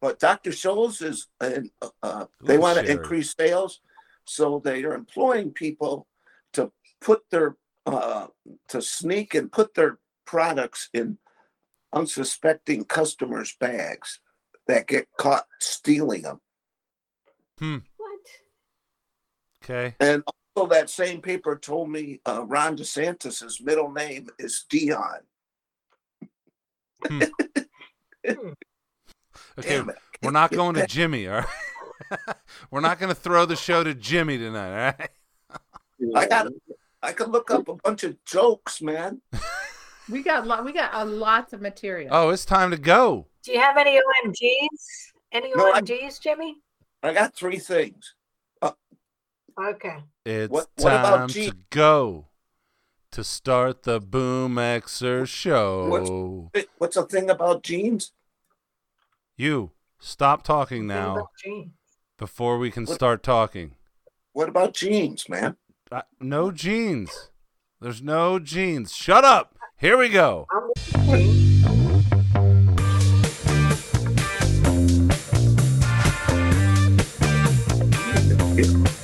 But Dr. Scholl's is, uh, uh, they Ooh, want to Sherry. increase sales, so they are employing people to put their, uh, to sneak and put their products in unsuspecting customers' bags that get caught stealing them. What? Okay. And also, that same paper told me uh, Ron DeSantis's middle name is Dion. Okay. Damn it. We're not going to Jimmy, all right? We're not going to throw the show to Jimmy tonight, all right? I got. I could look up a bunch of jokes, man. We got lot. We got a lots of material. Oh, it's time to go. Do you have any OMGs? Any No, I- OMGs, Jimmy? I got three things. Okay. It's What- what about time G? to go to start the Boom Xer show. Wait, What's the thing about jeans? You stop talking What about now jeans? before we can What- start talking. What about jeans, man? Uh, no jeans. There's no jeans. Shut up. Here we go. I'm with you, jeans.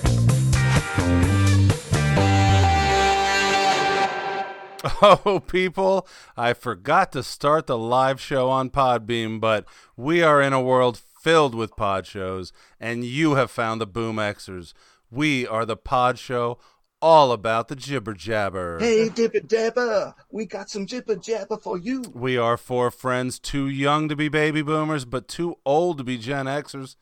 Oh, people, I forgot to start the live show on Podbeam, but we are in a world filled with pod shows, and you have found the Boom Xers. We are the pod show all about the jibber jabber. Hey, Dipper Dapper, we got some Jipper Japper for you. We are four friends too young to be baby boomers, but too old to be Gen Xers.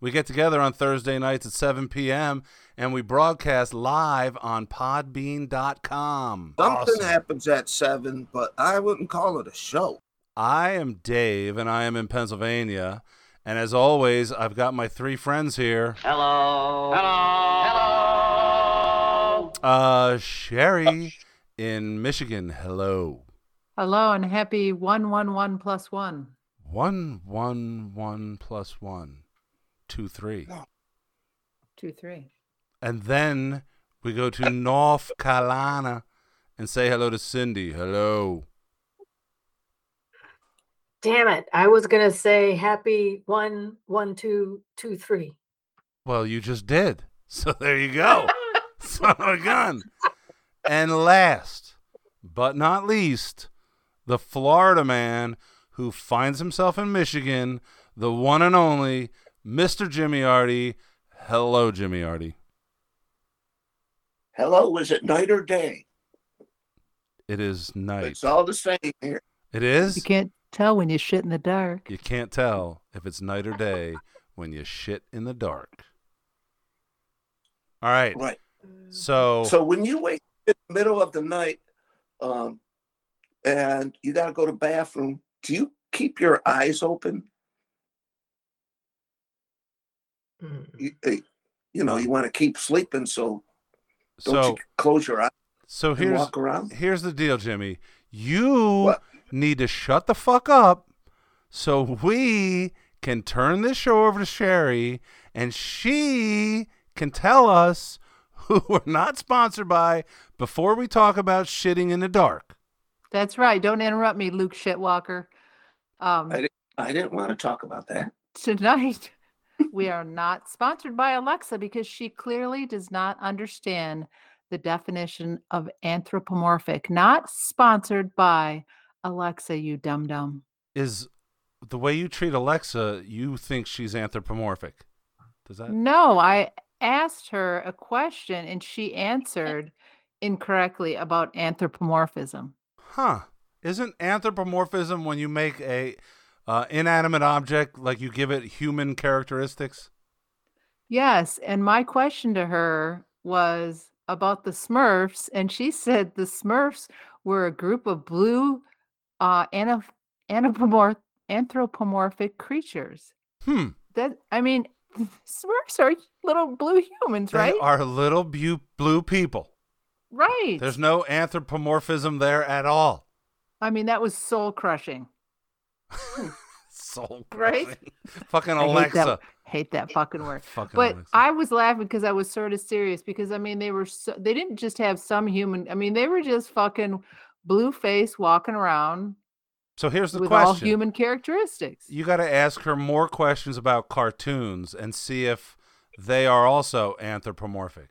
We get together on Thursday nights at 7 p.m., and we broadcast live on podbean.com. Something Awesome. happens at seven, but I wouldn't call it a show. I am Dave, and I am in Pennsylvania. And as always, I've got my three friends here. Hello. Hello. Hello. Uh, Sherry in Michigan. Hello. Hello and happy one one one plus one. One, one, one plus one, two, three. Two three. And then we go to North Carolina and say hello to Cindy. Hello. Damn it. I was going to say happy one, one, two, two, three. Well, you just did. So there you go. Son of a gun. And last but not least, the Florida man who finds himself in Michigan, the one and only Mr. Jimmy Artie. Hello, Jimmy Artie. Hello, is it night or day? It is night. It's all the same here. It is? You can't tell when you shit in the dark. You can't tell if it's night or day when you shit in the dark. All right. Oh. Right. So, So when you wake up in the middle of the night, um, and you gotta go to bathroom, do you keep your eyes open? Mm. You, eh, you know, you want to keep sleeping, so don't so you close your eyes so and here's walk around. here's the deal, Jimmy. You What? need to shut the fuck up so we can turn this show over to Sherry and she can tell us who we're not sponsored by before we talk about shitting in the dark. That's right. Don't interrupt me, Luke Shitwalker. Um, I I didn't want to talk about that. tonight we are not sponsored by Alexa because she clearly does not understand the definition of anthropomorphic. Not sponsored by Alexa, you dum dum. Is the way you treat Alexa, you think she's anthropomorphic. Does that No, I asked her a question and she answered incorrectly about anthropomorphism. Huh. Isn't anthropomorphism when you make a uh, inanimate object like you give it human characteristics? Yes, and my question to her was about the Smurfs, and she said the Smurfs were a group of blue uh, anap- anthropomorph- anthropomorphic creatures. Hmm. That I mean, Smurfs are little blue humans, right? They are little bu- blue people. right. There's no anthropomorphism there at all. I mean, that was soul crushing. Soul Right? crushing. Fucking I hate Alexa. that, hate that fucking word. Fucking but Alexa. I was laughing because I was sort of serious because I mean they were so, they didn't just have some human I mean they were just fucking blue face walking around So here's the with all question. human characteristics. you got to ask her more questions about cartoons and see if they are also anthropomorphic.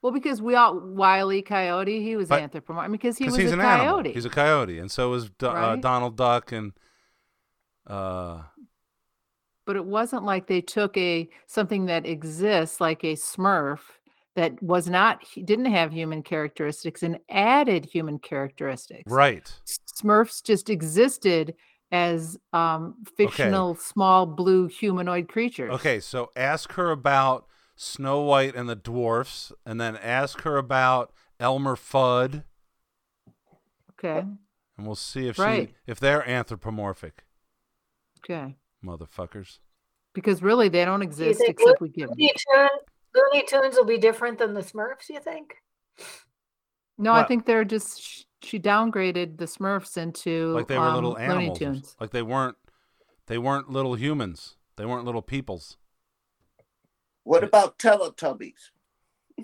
Well, because we all Wiley Coyote, he was But- anthropomorphic because he Because was he's a an coyote. animal. He's a coyote, and so is Do- uh, Right? Donald Duck and uh, but it wasn't like they took a something that exists like a smurf that was not hu- didn't have human characteristics and added human characteristics right. smurfs just existed as um fictional small blue humanoid creatures Okay, so ask her about Snow White and the dwarfs, and then ask her about Elmer Fudd, okay and we'll see if she Right. if they're anthropomorphic, okay motherfuckers. because really they don't exist think except we give them Looney Tunes, Looney Tunes will be different than the Smurfs, you think? no i Well- think they're just sh- she downgraded the smurfs into Like they were um, little Looney animals. or Tunes. s- Like they weren't they weren't little humans. They weren't little peoples. What about Teletubbies?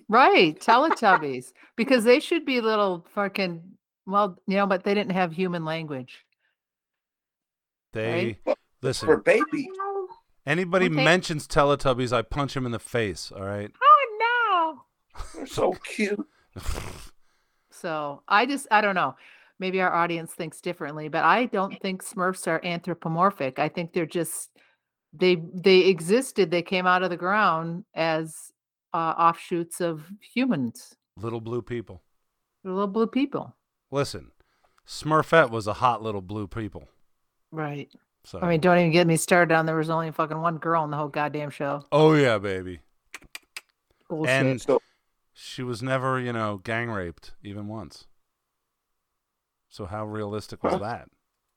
Right, Teletubbies, because they should be little fucking well, you know, but they didn't have human language. They For listen. babies, No. Anybody Okay. mentions Teletubbies, I punch him in the face. All right. Oh no! they're so cute. So I just, I don't know. Maybe our audience thinks differently, but I don't think Smurfs are anthropomorphic. I think they're just they they existed. They came out of the ground as uh, offshoots of humans, little blue people. They're little blue people. Listen, Smurfette was a hot little blue people. Right. So I mean, don't even get me started on there was only fucking one girl in the whole goddamn show. oh yeah, baby. Bullshit. And- So She was never, you know, gang raped even once. So how realistic was Huh?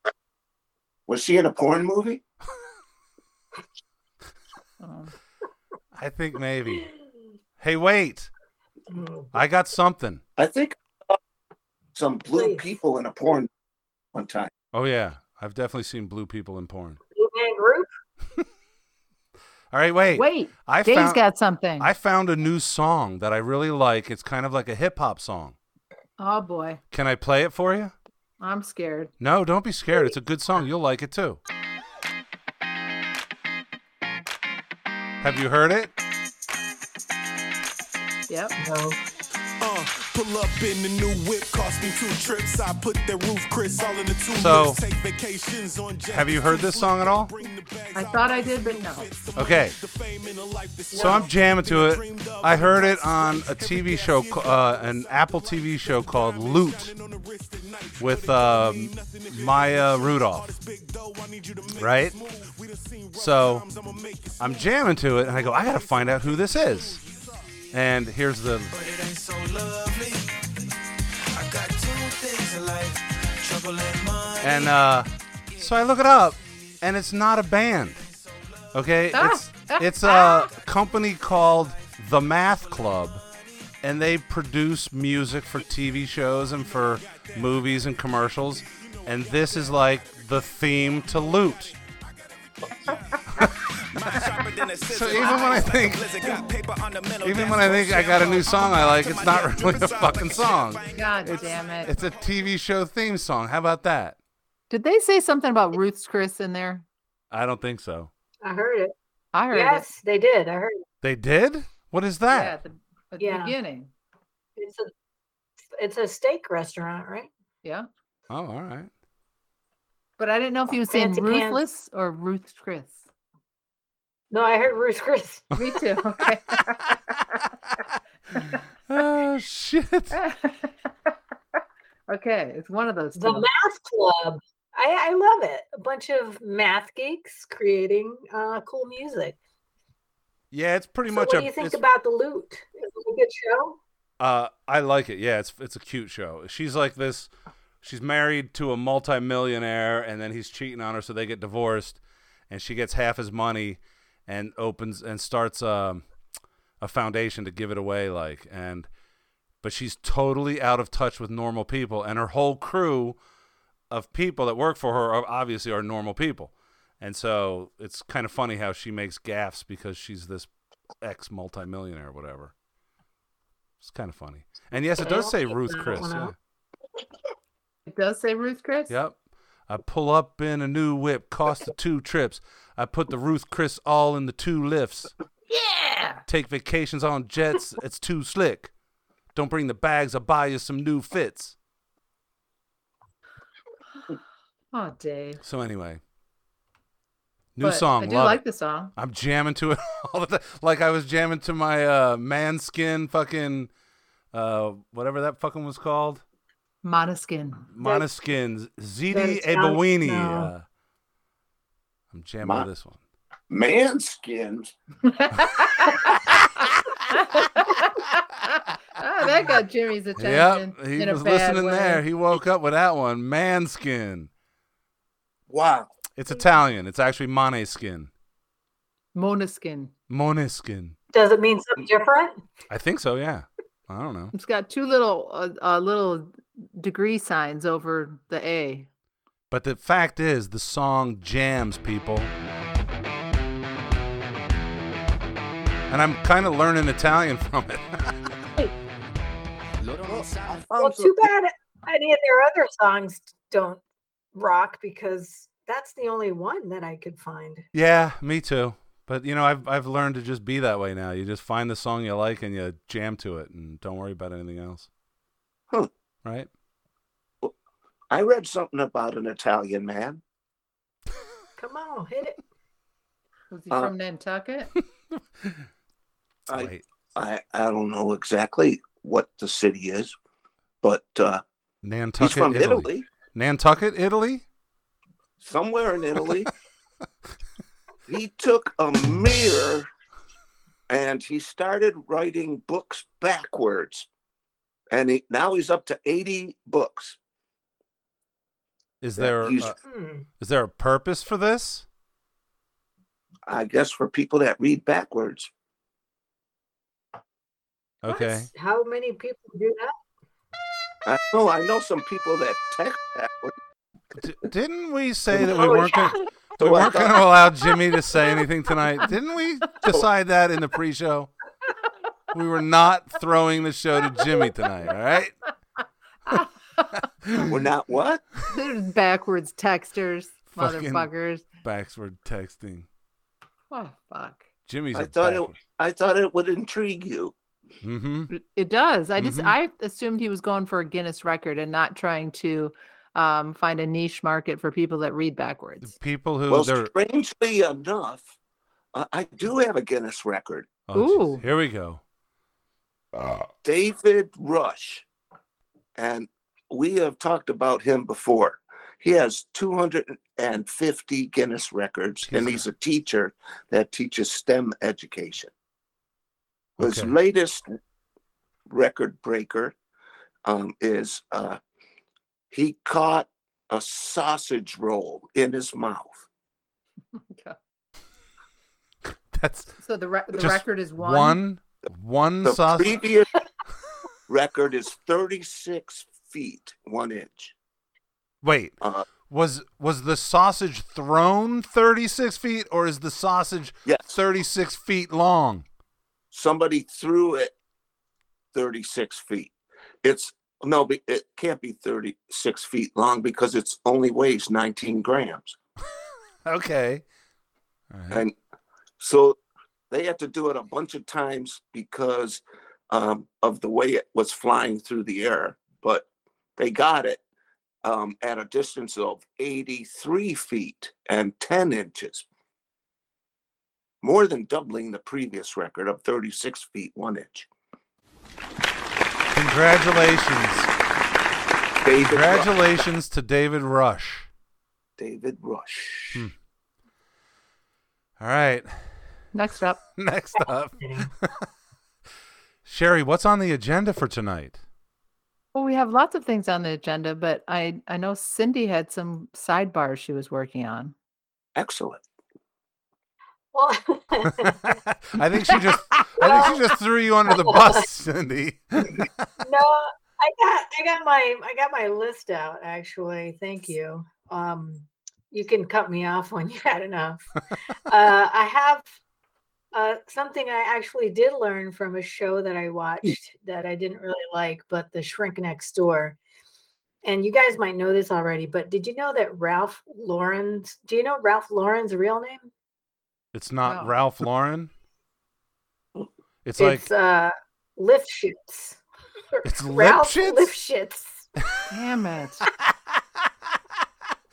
that? was she in a porn movie? Um, I think maybe. Hey, wait. I got something. I think uh, some blue Please. people in a porn one time. Oh yeah, I've definitely seen blue people in porn. Blue Man Group? All right, wait. wait, I Dave's found got something. I found a new song that I really like. It's kind of like a hip hop song. Oh boy, Can I play it for you? I'm scared. No, don't be scared. It's a good song. You'll like it too. Have you heard it? Yep. No. Uh, pull up in the new whip, cost me two trips. I put the roof, Chris, all in the two. So, lips. Take vacations on jets. have you heard this song at all? I thought I did, but no. Okay. So I'm jamming to it. I heard it on a TV show, ca- uh, an Apple TV show called Loot with uh, Maya Rudolph. Right? So I'm jamming to it, and I go, I gotta find out who this is. And here's the but it ain't so lovely. I got two things in life trouble and money. and uh, so I look it up, and it's not a band. Okay, Ah, it's it's a company called The Math Club, and they produce music for TV shows and for movies and commercials, and this is like the theme to Loot. so even when I think- Even when I think I got a new song I like, it's not really a fucking song. God damn it. It's a TV show theme song. How about that? Did they say something about Ruth's Chris in there? I don't think so. I heard it. I heard it. yes, they did. I heard it. They did? What is Yeah, that? at the, at Yeah. the beginning. It's a, it's a steak restaurant, right? Yeah. Oh, all right. But I didn't know if he was saying Fancy pants. ruthless or Ruth's Chris. No, I heard Ruth Chris. Me too. Okay. oh shit. Ah. okay. It's one of those The two. Math Club. I, I love it. A bunch of math geeks creating uh, cool music. Yeah, it's pretty So much what a. do you think it's- about the loot? Is it a good show? uh, I like it. Yeah, it's it's a cute show. She's like this. She's married to a multimillionaire, and then he's cheating on her, so they get divorced, and she gets half his money, and opens and starts um, a foundation to give it away. Like and, but she's totally out of touch with normal people, and her whole crew of people that work for her are obviously are normal people, and so it's kind of funny how she makes gaffes because she's this ex multimillionaire, or whatever. It's kind of funny. And yes, it does say Ruth that Chris. one Yeah. out. It does say Ruth Chris? Yep. I pull up in a new whip, cost the two trips. I put the Ruth Chris all in the two lifts. Yeah. Take vacations on jets, it's too slick. Don't bring the bags, I'll buy you some new fits. Oh, Dave. So anyway, new But song. I do love like it. the song. I'm jamming to it all the time. Like I was jamming to my uh man skin fucking uh whatever that fucking was called. Monoskin. Monoskin's Zidi it's not- Ebowini. no. Uh, I'm jamming Mon- to this one. Man skins. Oh, that got Jimmy's attention. Yep, he in a was bad listening way. there. He woke up with that one. Manskin. Wow. It's Italian. It's actually Moneskin. Monoskin. Moneskin. Does it mean something different? I think so, yeah. I don't know. It's got two little uh, uh, little degree signs over the A. But the fact is, the song jams, people. And I'm kind of learning Italian from it. I found Well, some- too bad any of their other songs don't rock because that's the only one that I could find. yeah, me too. But you know, I've I've learned to just be that way now. You just find the song you like and you jam to it, and don't worry about anything else. Huh. Right? I read something about an Italian man. Come on, hit it. Was he Uh, from Nantucket? I- Wait, I, I don't know exactly what the city is, but uh, he's Nantucket, from Italy. Italy. Nantucket, Italy. somewhere in Italy. he took a mirror and he started writing books backwards. And he, now he's up to 80 books. Is Yeah, there he's- uh, Hmm. is there a purpose for this? I guess for people that read backwards, Okay. That's- How many people do that? I know I know some people that text backwards. D- didn't we say that we Oh, weren't yeah. gonna, So we I weren't going to thought, allow Jimmy to say anything tonight? Didn't we decide that in the pre-show? We were not throwing the show to Jimmy tonight. All right. we're not what? There's backwards texters, Fucking- motherfuckers. Backward texting. Oh fuck. Jimmy's. I thought it- I thought it would intrigue you. Mm-hmm. It- It does. I just Mhm. I assumed he was going for a Guinness record and not trying to um, find a niche market for people that read backwards. People who Well, they're. strangely enough, I, I do have a Guinness record. Oh, Ooh. jeez. here we go. David Rush, and we have talked about him before. He has 250 Guinness records, and Jesus. he's a teacher that teaches STEM education. His Okay. latest record breaker um, is uh, he caught a sausage roll in his mouth. That's So the re- the Just record is one. one. One The sauce. previous record is 36 feet, one inch. Wait. Uh-huh. Uh, Was was the sausage thrown 36 feet, or is the sausage Yes. 36 feet long? somebody threw it 36 feet. It's no, be- it can't be 36 feet long because it's only weighs 19 grams. Okay. All right. And so they had to do it a bunch of times because um, of the way it was flying through the air, but they got it um, at a distance of 83 feet and 10 inches. More than doubling the previous record of 36 feet, one inch. Congratulations. David Ruff. Congratulations to David Rush. David Rush. Hmm. All right. Next up, Next up. Sherry, what's on the agenda for tonight? well, we have lots of things on the agenda, but I I know Cindy had some sidebars she was working on. Excellent. Well, I think she just I think she just threw you under the bus, Cindy. no, I got I got my I got my list out actually. Thank you. Um, you can cut me off when you had enough. uh, I have uh, something I actually did learn from a show that I watched that I didn't really like, but The Shrink Next Door. and you guys might know this already, but did you know that Ralph Lauren's? Do you know Ralph Lauren's real name? It's not No. Ralph Lauren. It's It's, like uh, Lifshitz. It's Ralph Lipschitz? Lifshitz. Damn it.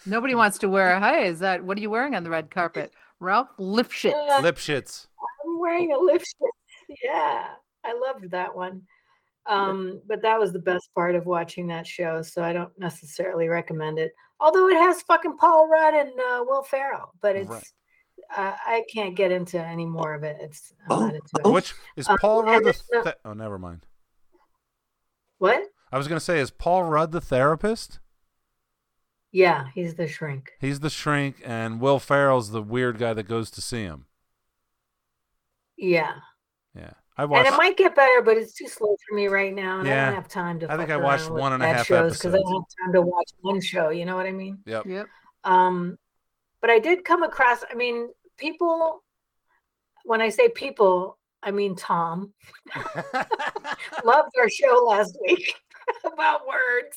Nobody wants to wear a hey, is that what are you wearing on the red carpet? Ralph Lipschitz. Uh, Lipschitz. I'm wearing a Lifshitz. Yeah, I loved that one. Um, but that was the best part of watching that show, so I don't necessarily recommend it. Although it has fucking Paul Rudd and uh, Will Ferrell, but Right. it's I, I can't get into any more of it. It's I'm Oh, not into it. Which is Uh, Paul Rudd and the it's not- th- Oh, never mind. What? I was going to say is Paul Rudd the therapist? Yeah, he's the shrink. He's the shrink and Will Ferrell's the weird guy that goes to see him. Yeah, Yeah. I and watched it might get better, but it's too slow for me right now, and I Yeah. don't have time to. I think fuck I watched around with one and a bad half shows because I episodes. don't have time to watch one show. You know what I mean? Yep. Yep. Um, but I did come across. I mean, people. When I say people, I mean Tom. Loved our show last week about words.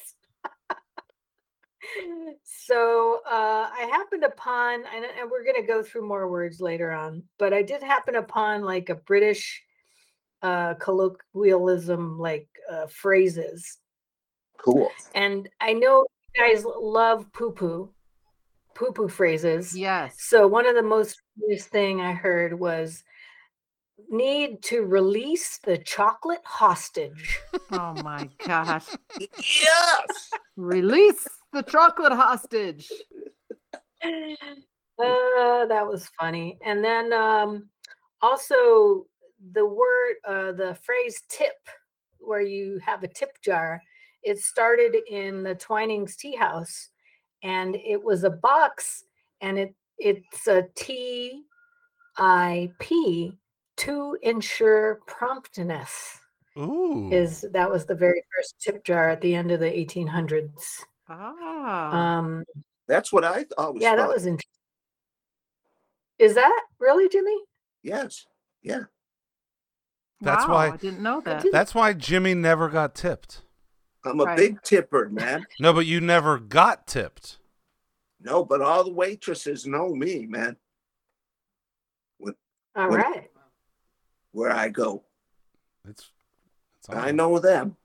so uh, I happened upon, and, and we're going to go through more words later on, but I did happen upon like a British uh, colloquialism, like uh, phrases. Cool. And I know you guys love poo poo, poo poo phrases. Yes. So one of the most famous thing I heard was need to release the chocolate hostage. Oh my gosh. Yes. Release the chocolate hostage. Uh, that was funny. And then um, also the word, uh, the phrase tip, where you have a tip jar, it started in the Twinings Tea House and it was a box and it it's a T I P to ensure promptness Ooh. is that was the very first tip jar at the end of the 1800s. Ah. Um, That's what I always yeah, that thought. was interesting. Is that really, Jimmy? yes. that's wow, why- I didn't know that. didn't- That's why Jimmy never got tipped. I'm a Right. big tipper, man. No, but you never got tipped. No, but all the waitresses know me, man, What- All right. where I go. It's, it's I awesome. know them.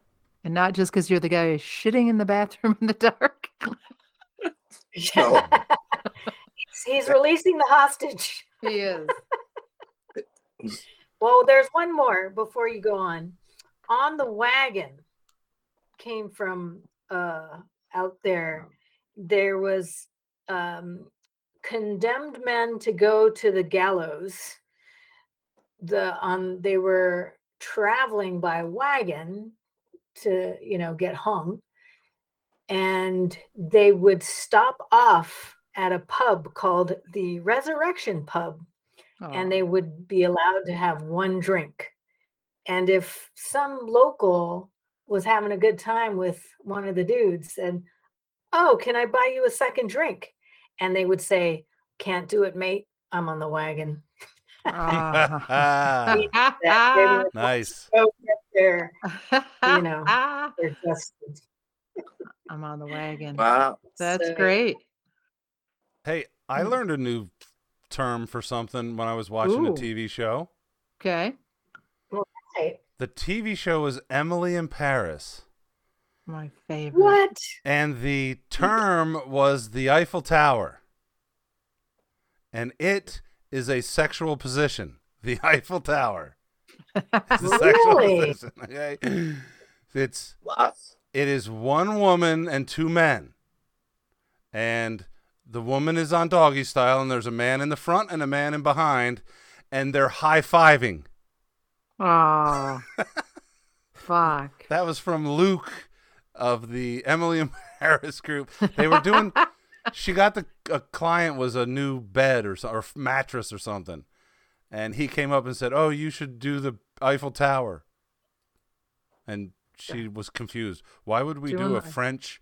And not just because you're the guy who's shitting in the bathroom in the dark. No. he's, he's releasing the hostage. he is. Well, there's one more before you go on. On the wagon came from uh, out there. There was um, condemned men to go to the gallows. The on they were traveling by wagon to you know get hung, and they would stop off at a pub called the Resurrection Pub Oh, and they would be allowed to have one drink. And if some local was having a good time with one of the dudes and, oh, can I buy you a second drink? And they would say, can't do it, mate. I'm on the wagon. ah. That they were nice. so good there. You know. They're just I'm on the wagon. Wow. That's so- great. Hey, Hmm. I Mm. learned a new term for something when I was watching a Ooh. TV show. Okay. right. The TV show was Emily in Paris, My favorite. What? and the term was the Eiffel Tower. And it is a sexual position. The Eiffel Tower. It's a sexual Really? position. Okay. It's Wow. it is one woman and two men. And the woman is on doggy style, and there's a man in the front and a man in behind, and they're high fiving. Oh. Fuck. That was from Luke of the Emily and Harris group. They were doing. she got the a client was a new bed or so, or mattress or something, and he came up and said, "Oh, you should do the Eiffel Tower." And she was confused. Why would we Do do a I- French?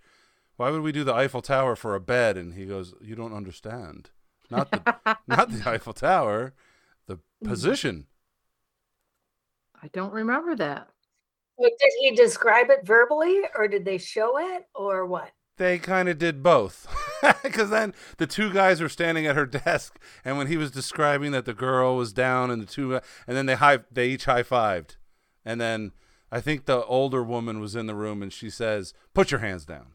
Why would we do the Eiffel Tower for a bed? And he goes, "You don't understand. Not the not the Eiffel Tower, the Mm-hmm. position." I don't remember that. Like, Did he describe it verbally or did they show it or what? they kind of did both. Because then the two guys were standing at her desk, and when he was describing that the girl was down, and the two, and then they high, they each high fived, and then I think the older woman was in the room, and she says, "Put your hands down."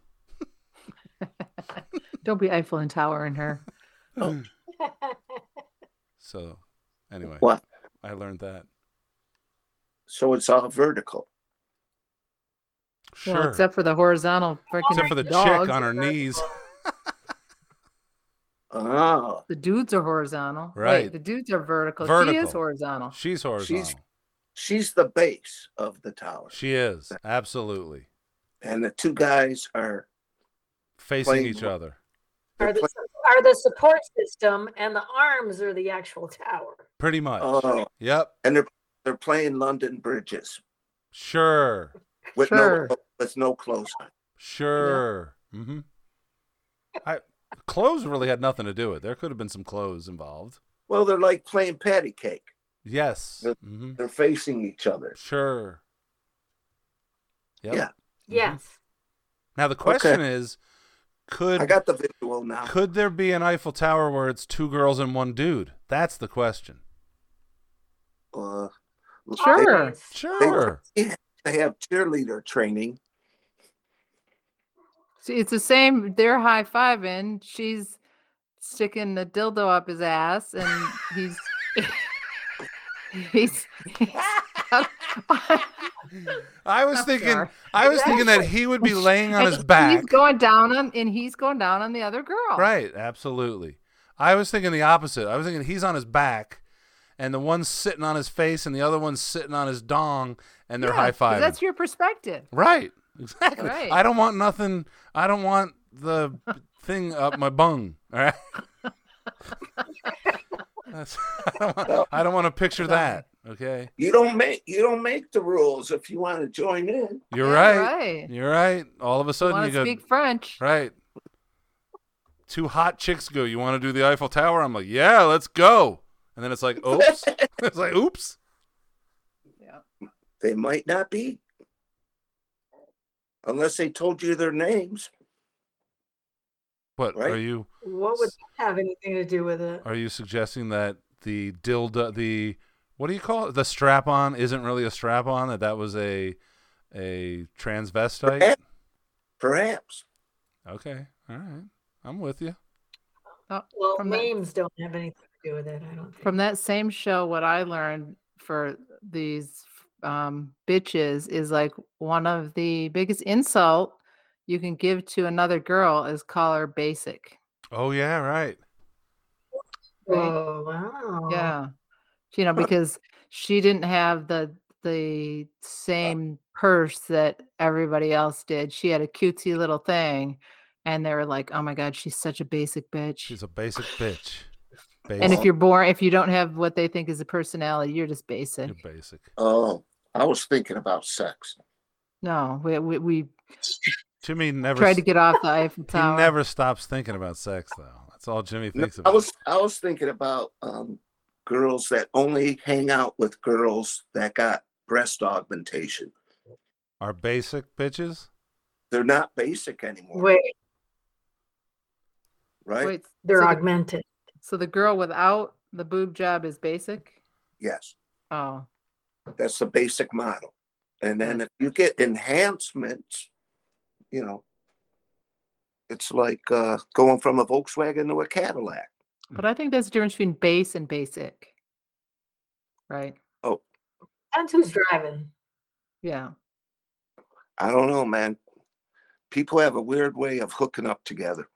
Don't be Eiffel and Tower in her. So, anyway, What? I learned that. So it's all vertical. Sure, Well, except for the horizontal freaking Except for the dog. chick on her knees. Oh, The dudes are horizontal. Wait, Right. the dudes are vertical. She Vertical. is horizontal. She's horizontal. she's the base of the tower, She is absolutely and the two guys are facing Playing- each other. Are the, are the support system and the arms are the actual tower. Pretty much. oh, Yep. and they're they're playing London bridges Sure. with Sure. no with no close. Sure. Mm-hmm. I clothes really had nothing to do with it. There could have been some clothes involved. Well, they're like playing patty cake. Yes. Yep. Mm-hmm. They're facing each other. Sure. Yep. Yeah. Mm-hmm. Yes. Now the question is, I could got the visual now. could there be an Eiffel Tower where it's two girls and one dude? That's the question. Uh, they- Sure. Always. Sure. They have cheerleader training. See, it's the same. They're high fiving. She's sticking the dildo up his ass, and he's he's. he's I was I'm thinking sorry. I was thinking that he would be laying on his back. He's going down on, and he's going down on the other girl. Right, absolutely. I was thinking the opposite. I was thinking he's on his back, and the one's sitting on his face, and the other one's sitting on his dong, and they're Yeah, high 'cause fiving. That's your perspective. right, exactly. Right. I don't want nothing. I don't want the thing up my bung. All right. That's, I, don't want, I don't want to picture that. Okay, You don't make you don't make the rules if you want to join in. you're Yeah, right. Right. You're right. All of a sudden, Want you to go speak French? right. Two hot chicks go. You want to do the Eiffel Tower? I'm like, yeah, let's go. And then it's like, oops. it's like, oops. They might not be. Unless they told you their names. What Right? are you What would that have anything to do with it? are you suggesting that the dildo the what do you call it? The strap on isn't really a strap on, that that was a a transvestite? Perhaps. Perhaps. Okay. All right. I'm with you. Well, From that- names don't have anything to do with it. I don't think. From that same show, what I learned for these um, bitches is like one of the biggest insult you can give to another girl is call her basic. Oh yeah, right. right? Oh wow. Uh-huh. Yeah, you know because she didn't have the the same purse that everybody else did. She had a cutesy little thing, and they were like, "Oh my god, she's such a basic bitch." She's a basic bitch. Basic. and if you're born, if you don't have what they think is a personality, you're just basic. You're basic. Oh, I was thinking about sex. No, we we, we Jimmy never tried to s- get off the Eiffel he Tower. never stops thinking about sex though. That's all Jimmy No, thinks I about. was I was thinking about um, girls that only hang out with girls that got breast augmentation. Are basic bitches? They're not basic anymore, Wait, right? Wait, they're so, the, augmented. so the girl without the boob job is basic. Yes, Oh, that's the basic model. And then if you get enhancements, you know, it's like uh, going from a Volkswagen to a Cadillac. Mm. but I think that's the difference between base and basic, right? Depends who's driving. Yeah. I don't know, man. People have a weird way of hooking up together.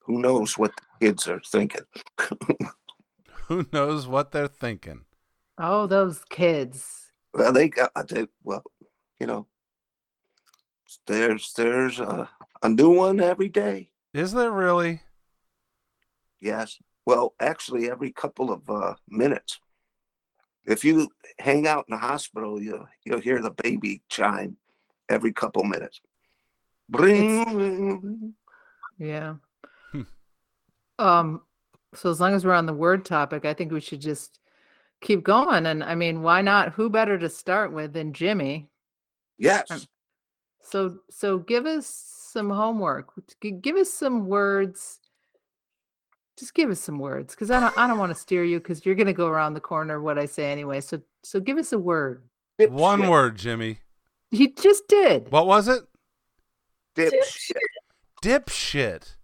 Who knows what the kids are thinking? Who knows what they're thinking? Oh, those kids. Well, they got uh, they, well, you know. There's there's a, a new one every day. Is there really? Yes. Well, actually, every couple of uh, minutes. If you hang out in the hospital, you you'll hear the baby chime every couple minutes. Bring. Yeah. Hmm. um. So as long as we're on the word topic, I think we should just keep going. And I mean, why not? Who better to start with than Jimmy? Yes. So so give us some homework. G- Give us some words. Just give us some words, because I don't. I don't want to steer you, because you're going to go around the corner what I say anyway. So, so give us a word. One Dipshit, word, Jimmy. You just did. What was it? Dipshit. Dipshit.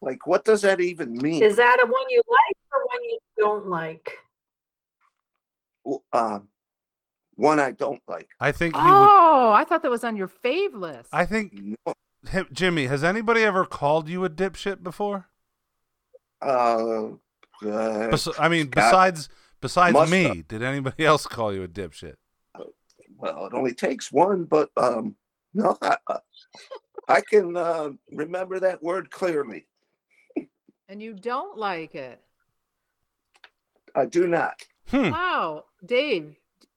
Like, what does that even mean? Is that a one you like or one you don't like? Um, one I don't like. I think he would. Oh, I thought that was on your fave list. I think No. Hey, Jimmy, has anybody ever called you a dipshit before? Uh, uh, Bes- I mean, Scott besides besides must me, have. did anybody else call you a dipshit? well, it only takes one, but um, no, I, I- I can uh, remember that word clearly. and you don't like it. I do not. Hmm. Wow, Dave,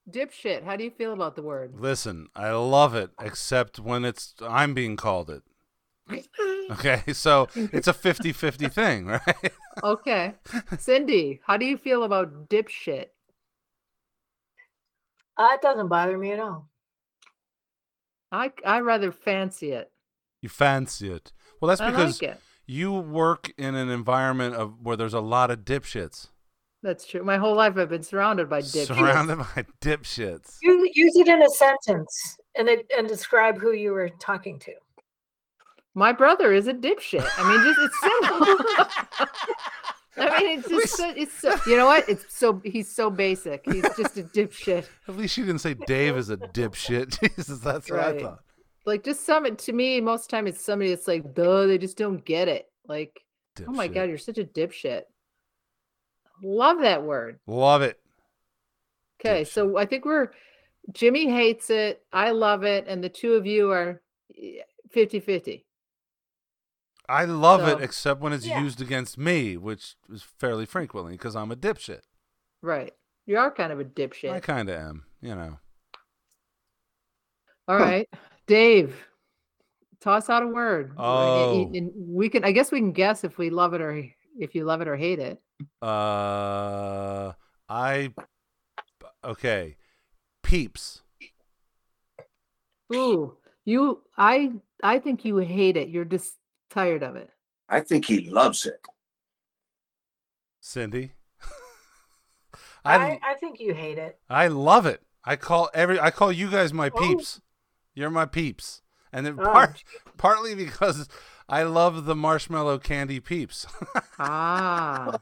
d- dipshit. How do you feel about the word? Listen, I love it, except when it's I'm being called it. Okay, so it's a 50-50 thing, right? Okay, Cindy, how do you feel about dipshit? Uh, it doesn't bother me at all. I I rather fancy it. You fancy it. Well, that's I because like it. you work in an environment of where there's a lot of dipshits. That's true. My whole life I've been surrounded by dipshits. Surrounded by dipshits. You use it in a sentence and it, and describe who you were talking to. My brother is a dipshit. I mean, just it's simple. I mean, it's just so, it's so, you know what? It's so he's so basic. He's just a dipshit. At least you didn't say Dave is a dipshit. Jesus, that's what I Right. thought. Like just some to me, most of the time it's somebody that's like, duh, they just don't get it. Like, oh my Dipshit. god, you're such a dipshit. Love that word. Love it. Okay, so I think we're Jimmy hates it, I love it, and the two of you are eh, 50 50. I love it, So- except when it's Yeah. used against me, which is fairly frequently because I'm a dipshit. Right. You are kind of a I dipshit. kind of am, you know. All right. Dave, toss out a word. Or y- y- Oh. and we can, I guess we can guess if we love it or h- if you love it or hate it. Uh, I okay, peeps. Ooh, you, I, I think you hate it. You're just tired of it. I think he loves it. Cindy, I, I I think you hate it. I love it. I call every I call you guys my Oh. peeps. You're my peeps, and then Oh, part partly because I love the marshmallow candy peeps. Ah.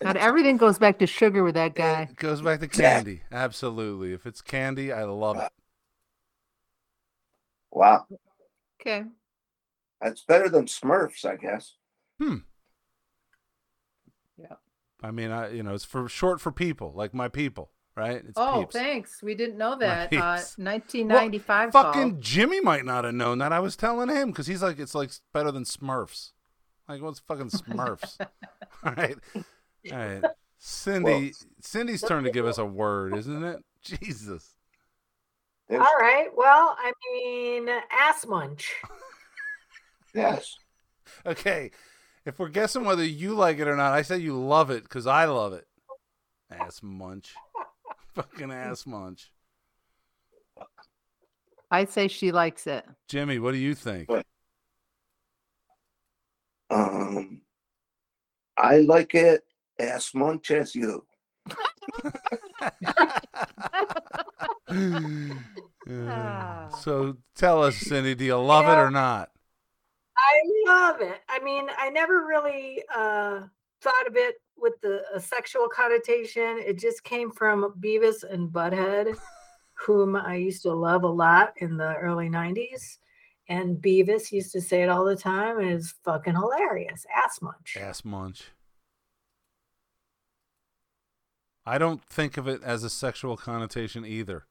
God, everything goes back to sugar with that guy. It goes back to Yeah. candy. Absolutely. If it's candy, I love it. Wow, Okay. that's better than Smurfs, I guess. I mean, I you know, it's for short for people, like my people, right? It's Oh, peeps. thanks. We didn't know My that. Uh, peeps. 1995. Fucking call. Jimmy might not have known that. I was telling him because he's like, it's like better than Smurfs. Like, what's fucking Smurfs? All right, all right. Cindy, Cindy's turn to give us a word, isn't it? Jesus. There's- All right. Well, I mean, ass munch. Yes. Okay, if we're guessing whether you like it or not, I say you love it because I love it. Ass munch, fucking ass munch. I'd say she likes it. Jimmy, what do you think? What? Um, I like it as much as you. Uh, so tell us, Cindy, do you love it know- or not? I love it. I mean, I never really uh, thought of it with the a sexual connotation. It just came from Beavis and Butthead, whom I used to love a lot in the early 90s. And Beavis used to say it all the time, and it's fucking hilarious. Ass munch. Ass munch. I don't think of it as a sexual connotation either.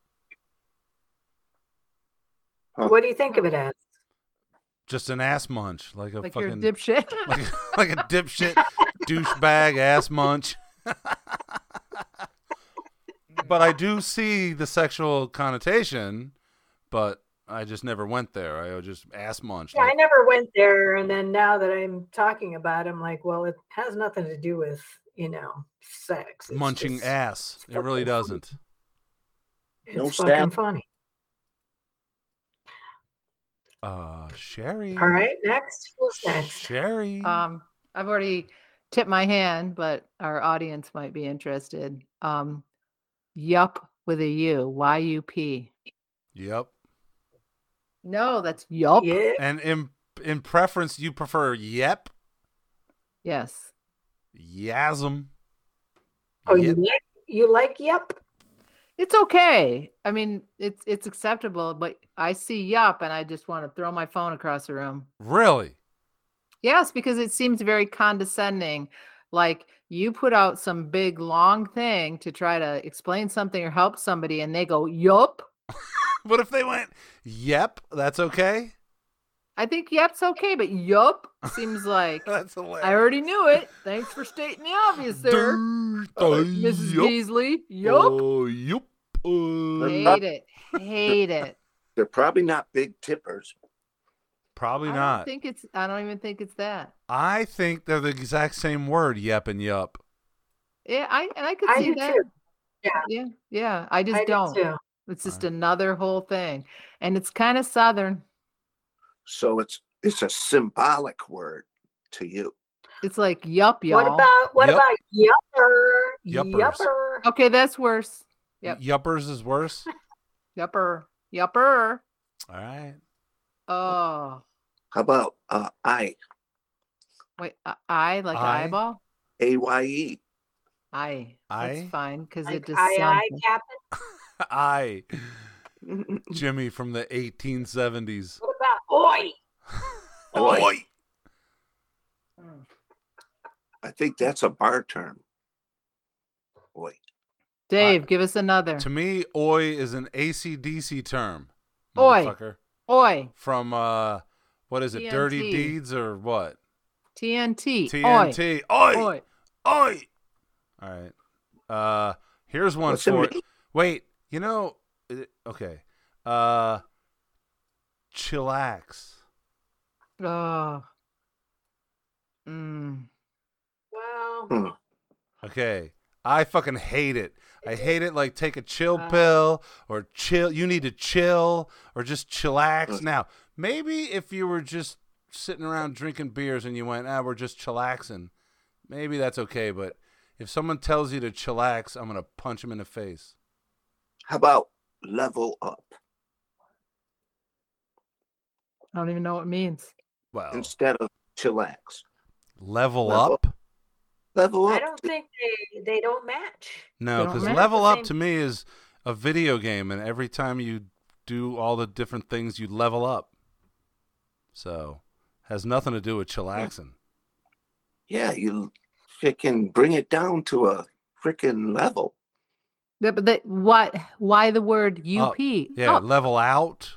What do you think of it as? Just an ass munch, like a Like you're a fucking dipshit. like, like a dipshit douchebag ass munch. but I do see the sexual connotation, but I just never went there. I just ass munched. Yeah, I like, never went there. And then now that I'm talking about it, I'm like, well, it has nothing to do with, you know, sex. It's munching just- ass. It really fucking funny. doesn't. It's No fucking stab. funny. Uh, Sherry. All right, next. Who's next? Sherry. Um, I've already tipped my hand, but our audience might be interested. Um, yup with a U, Y U P. yep. No, that's yup. Yeah. And in in preference, you prefer yep, Yes. yasm. Oh, Yep. you like you like yep. It's okay. I mean, it's it's acceptable, but I see yup and I just want to throw my phone across the room. Really? Yes, because it seems very condescending. Like you put out some big long thing to try to explain something or help somebody and they go, Yup. What if they went yep? That's okay. I think yep's okay, but yup seems like That's I hilarious. already knew it. Thanks for stating the obvious there. Oh, Mrs. yup. Beasley. Uh, Yup. Oh, yup. Uh, Hey. Hate it. Hate it. They're probably not big tippers. probably I not. don't think it's I don't even think it's that. I think they're the exact same word, yep and yup. Yeah, I and I could I see do that. too. Yeah, yeah. I just I do don't. too. It's just another whole thing. And it's kind of southern. So it's it's a symbolic word to you. It's like yup, y'all. What about what Yup. about yupper? Yuppers. Yupper. okay, that's worse. Yep. Yuppers is worse. Yupper. Yupper. All right. Oh. How about uh, I Wait, I, I like I? eyeball? A Y E? I. I? That's fine because Like, it just aye, sounds aye, Captain. I Jimmy from the 1870s. What about oi? Oi. Oi. I think that's a bar term. Boy, Dave, give us another. To me, oi is an ACDC term. Oi. motherfucker. Oi. From uh what is it? Dirty TNT. Deeds or what? TNT. Oi. TNT. Oi. Oi. Oi. All right. Uh here's one What's the for name? Wait, you know uh, okay. Uh chillax. Oh. Mm. Well, Hmm. Okay. I fucking hate it. I hate it like take a chill pill or chill you need to chill or just chillax. Ugh. Now, maybe if you were just sitting around drinking beers and you went, ah, we're just chillaxing, maybe that's okay, but if someone tells you to chillax, I'm gonna punch him in the face. How about level up? I don't even know what it means. Well instead of chillax. level level up? Level I up. don't think they they don't match. No, don't because remember. level It's the up to same- me is a video game and every time you do all the different things you level up. So has nothing to do with chillaxing. yeah, you freaking bring it down to a freaking level. Yeah, but that, what? Why the word Oh, Up. UP? Yeah, Up. level out.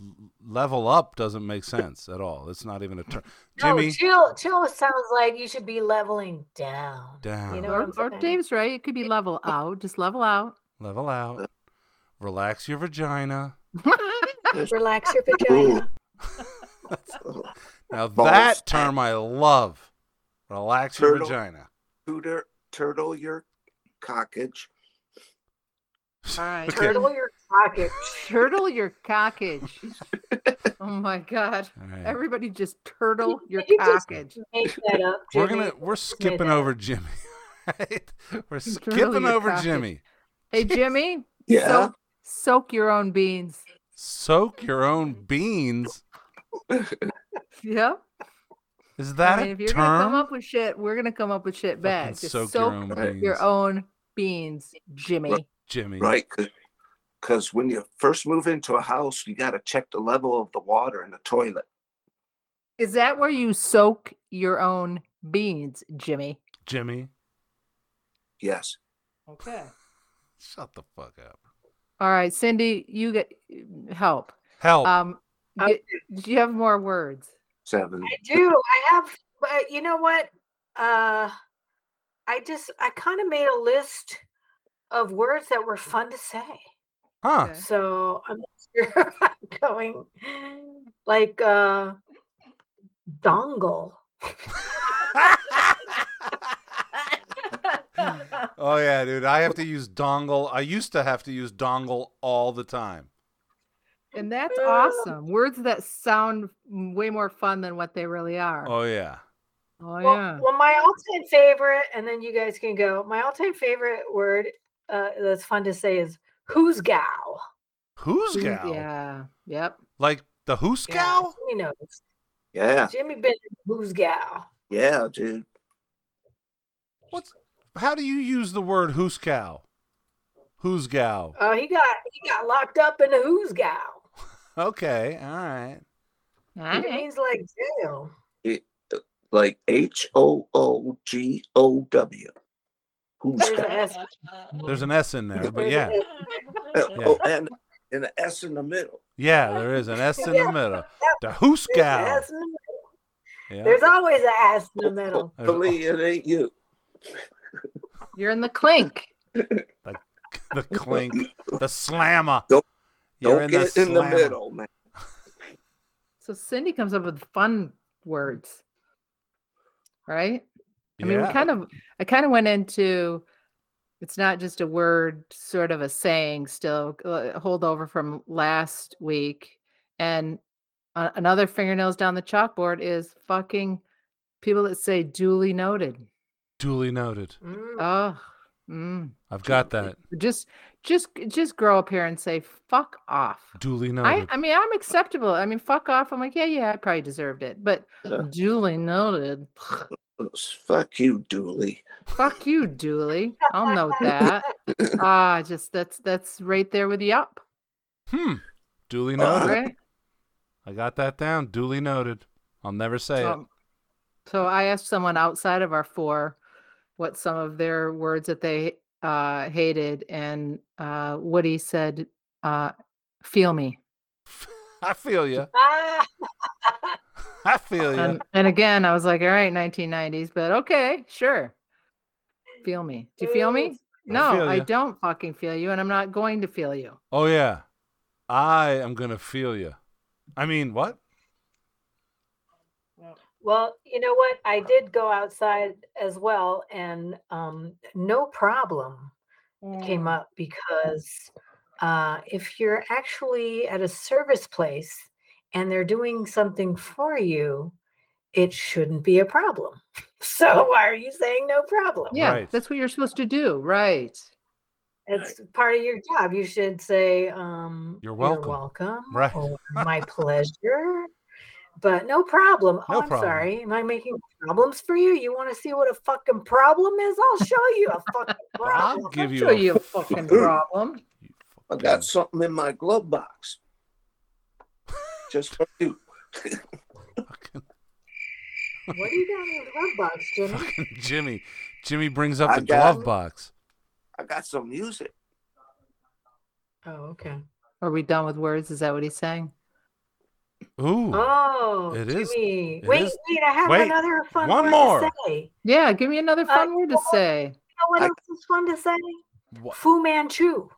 L- Level up doesn't make sense at all. It's not even a term. Jimmy, No, chill, chill sounds like you should be leveling down. Down. You know Or, what or I'm saying? Dave's right. It could be level out. Just level out. level out. Relax your vagina. Relax your vagina. Now Balls. that term I love. Relax your Turtle. vagina. Tutor, turtle your cockage. All right. Okay. Turtle your pocket. Turtle your cockage. oh my god. All right. Everybody just turtle your Did you just cockage. Make that up. We're Jimmy. gonna we're made skipping that over Jimmy. Right? We're skipping your over cockage. Jimmy. Hey Jimmy, Yeah. soak, soak your own beans. Soak your own beans. Yep. Is I that mean, if a you're gonna come term? up with shit, we're gonna come up with shit back. Just soak, your, own beans. beans, Jimmy. Jimmy. Right. Because when you first move into a house, you got to check the level of the water in the toilet. Is that where you soak your own beans, Jimmy? Jimmy. Yes. Okay. Shut the fuck up. All right, Cindy, you get mm, help. Help. Um, Okay. get- do you have more words? Seven. I do. I have. But you know what? Uh, I just I kind of made a list of words that were fun to say. huh. okay. So I'm not sure if I'm going like uh, dongle. oh yeah, dude. I have to use dongle. I used to have to use dongle all the time. And that's awesome. Words that sound m- way more fun than what they really are. Oh, Oh yeah. Well, yeah. well, my all-time favorite, and then you guys can go. My all-time favorite word uh, that's fun to say is "who's gal." Who's Who's- gal? Yeah. Yep. Like the who's gal? You know, Yeah, Jimmy Bennett, "who's gal." yeah, dude. What's how do you use the word who's gal? Who's gal? Oh, he got he got locked up in the "who's gal." Okay, all right. It Mm-hmm. means like jail. Like H O O G O W. Who's There's an got- S. There's an S in there, but There's yeah. an S. Oh, and and an S in the middle. Yeah, there is an S in Yeah. the middle. The who's There's an gal. S in the middle. Yeah. There's always an S in the middle. There's Believe it ain't you. You're in the clink. the clink, the slammer. Don't- You're Don't get in the slammer. middle, man. So Cindy comes up with fun words. Right? I mean, we Yeah. kind of I kind of went into it's not just a word, sort of a saying still uh, holdover from last week. And uh, another fingernails down the chalkboard is fucking people that say duly noted. Duly noted. Mm. Oh, mm. I've got that. just just just grow up here and say fuck off. Duly I, noted. I mean, I'm acceptable. I mean, fuck off. I'm like, yeah, yeah, I probably deserved it. But Yeah. duly noted. Fuck you, Dooley. Fuck you, Dooley. I'll note that. Ah, just that's that's right there with the up. hmm. Duly Uh, noted. Right? I got that down. Duly noted. I'll never say it. So, so I asked someone outside of our four what some of their words that they uh, hated, and uh, Woody said, uh, "Feel me." I feel you. Ah, I feel you. And, and again, I was like, "All right, 1990s, but okay, sure." Feel me. Do you feel me? No, feel I ya. don't fucking feel you, and I'm not going to feel you. Oh yeah. I am gonna feel you. I mean, what? Well, you know what? I did go outside as well, and um, no problem Mm-hmm. came up because uh, if you're actually at a service place and they're doing something for you, it shouldn't be a problem. So why are you saying no problem? Yeah, Right. that's what you're supposed to do, right? It's part of your job. You should say, um, You're welcome." welcome," Right. or, "My pleasure." But no problem. Oh, No I'm problem. sorry. Am I making problems for you? You want to see what a fucking problem is? I'll show you a fucking problem. I'll give I'll you show a you a fucking- fucking problem. You I fucking- got something in my glove box. Just for you. fucking, what do you got in the glove box, Jimmy? fucking Jimmy. Jimmy brings up I the got- glove box. I got some music. Oh, okay. Are we done with words? Is that what he's saying? Ooh. Oh, It is- Jimmy. it wait, is- wait. I have wait, another fun one word more. to say. Yeah, give me another Uh, fun word to well, say. You know what I- else is fun to say? What? Fu Manchu.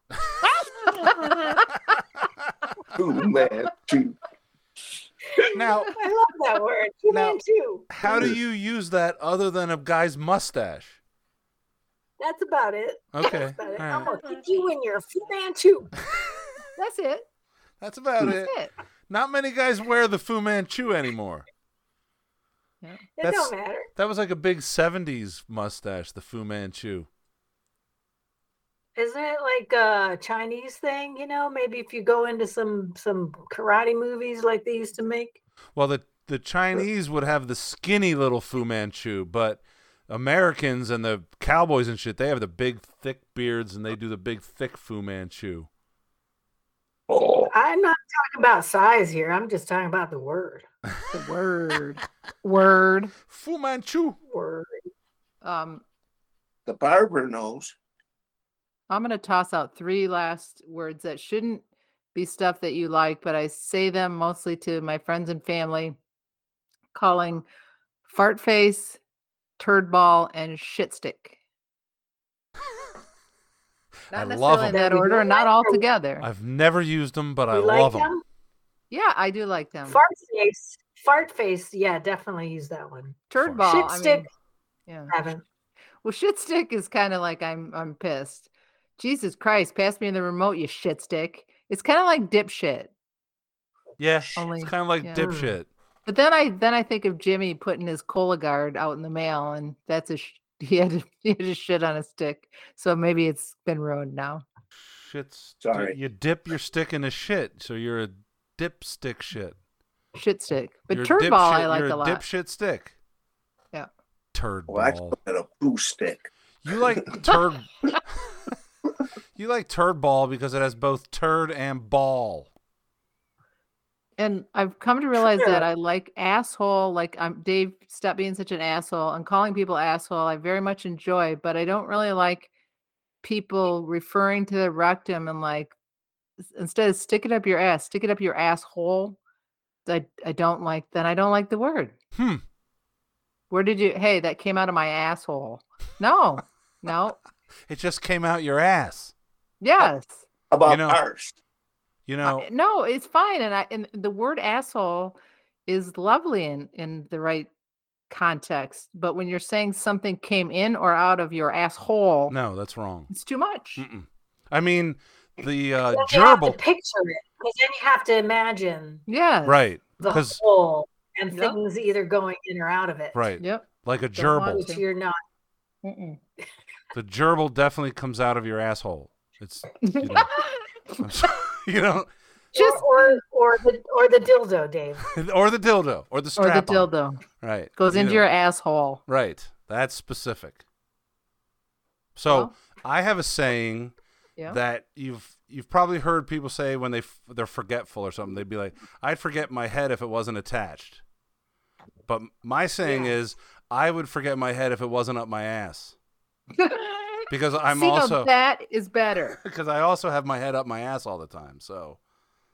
Two man, two. now, I love that word. Fu Now- Manchu. how do you use that other than a guy's mustache? That's about it. Okay. That's about it. all I'm right. gonna kick you in your Fu Manchu. That's it. That's about it. That's it. Not many guys wear the Fu Manchu anymore. It That's- don't matter. That was like a big 70s mustache, the Fu Manchu. Isn't it like a Chinese thing? You know, maybe if you go into some some karate movies like they used to make. Well, the the Chinese would have the skinny little Fu Manchu, but Americans and the cowboys and shit, they have the big thick beards and they do the big thick Fu Manchu. Oh, I'm not talking about size here. I'm just talking about the word. The word. word. Fu Manchu. Word. Um, the barber knows. I'm gonna toss out three last words that shouldn't be stuff that you like, but I say them mostly to my friends and family, calling fart face, turd ball, and shit stick. Not I love necessarily 'em. in that We order, like not our- all together. I've never used them, but I We love like them. them. yeah, I do like them. Fart face. Fart face. Yeah, definitely use that one. fart. turd ball. Shit I mean, stick. yeah. Haven't. Well, shit stick is kind of like I'm I'm pissed. Jesus Christ, pass me the remote, you shit stick. It's kind of like dipshit. Yeah, Only- it's kind of like yeah. dipshit. But then I then I think of Jimmy putting his cola guard out in the mail, and that's a sh- he had a- he had his shit on a stick. So maybe it's been ruined now. Shit's Sorry. You dip your stick in a shit, so you're a dipstick shit. Shit stick, but You're a turd dipshit- ball I like you're a lot. Dipshit stick. Yeah. Turd Well, Oh, I ball. call it a poo stick. You like turd. you like turd ball because it has both turd and ball. And I've come to realize Sure. that I like asshole. Like I'm Dave, stop being such an asshole and calling people asshole. I very much enjoy, but I don't really like people referring to the rectum and like s- instead of stick it up your ass, stick it up your asshole. I I don't like that. I don't like the word. Hmm. Where did you? Hey, that came out of my asshole. No, no, It just came out your ass. yes. How about You know- arse? You I- know. no, it's fine. And I and the word asshole is lovely in in the right context, but when you're saying something came in or out of your asshole, no, that's wrong. it's too much. Mm-mm. I mean, the uh, Then you have to gerbil. picture it because then you have to imagine Yeah. Right. the 'Cause- hole and Yep. things either going in or out of it. Right. Yep. Like a Don't want gerbil. to. Which you're not. Mm-mm. The gerbil definitely comes out of your asshole. It's you know, I'm sorry, you know Just or, or or the or the dildo, Dave. or the dildo or the or the strap. dildo Right. goes into either. your asshole. Right. That's specific. So Well. I have a saying Yeah. that you've you've probably heard people say when they f- they're forgetful or something. They'd be like, "I'd forget my head if it wasn't attached." But m- my saying is, "I would forget my head if it wasn't up my ass," because I'm See, now also that is better because I also have my head up my ass all the time. So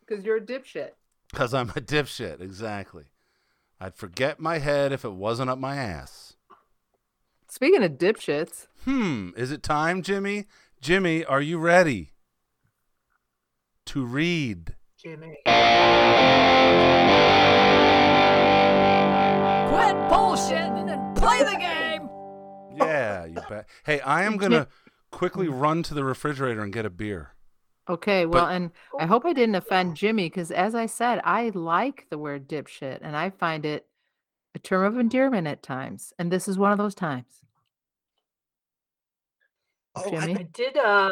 because you're a dipshit. because I'm a dipshit, exactly. I'd forget my head if it wasn't up my ass. Speaking of dipshits, Hmm, is it time, Jimmy? Jimmy, are you ready to read? Jimmy. Quit bullshitting and play the game. Yeah, you bet. Hey, I am going to quickly run to the refrigerator and get a beer. Okay, well, But- and I hope I didn't offend Jimmy because, as I said, I like the word dipshit and I find it a term of endearment at times. And this is one of those times. Oh, I, Jimmy? I did uh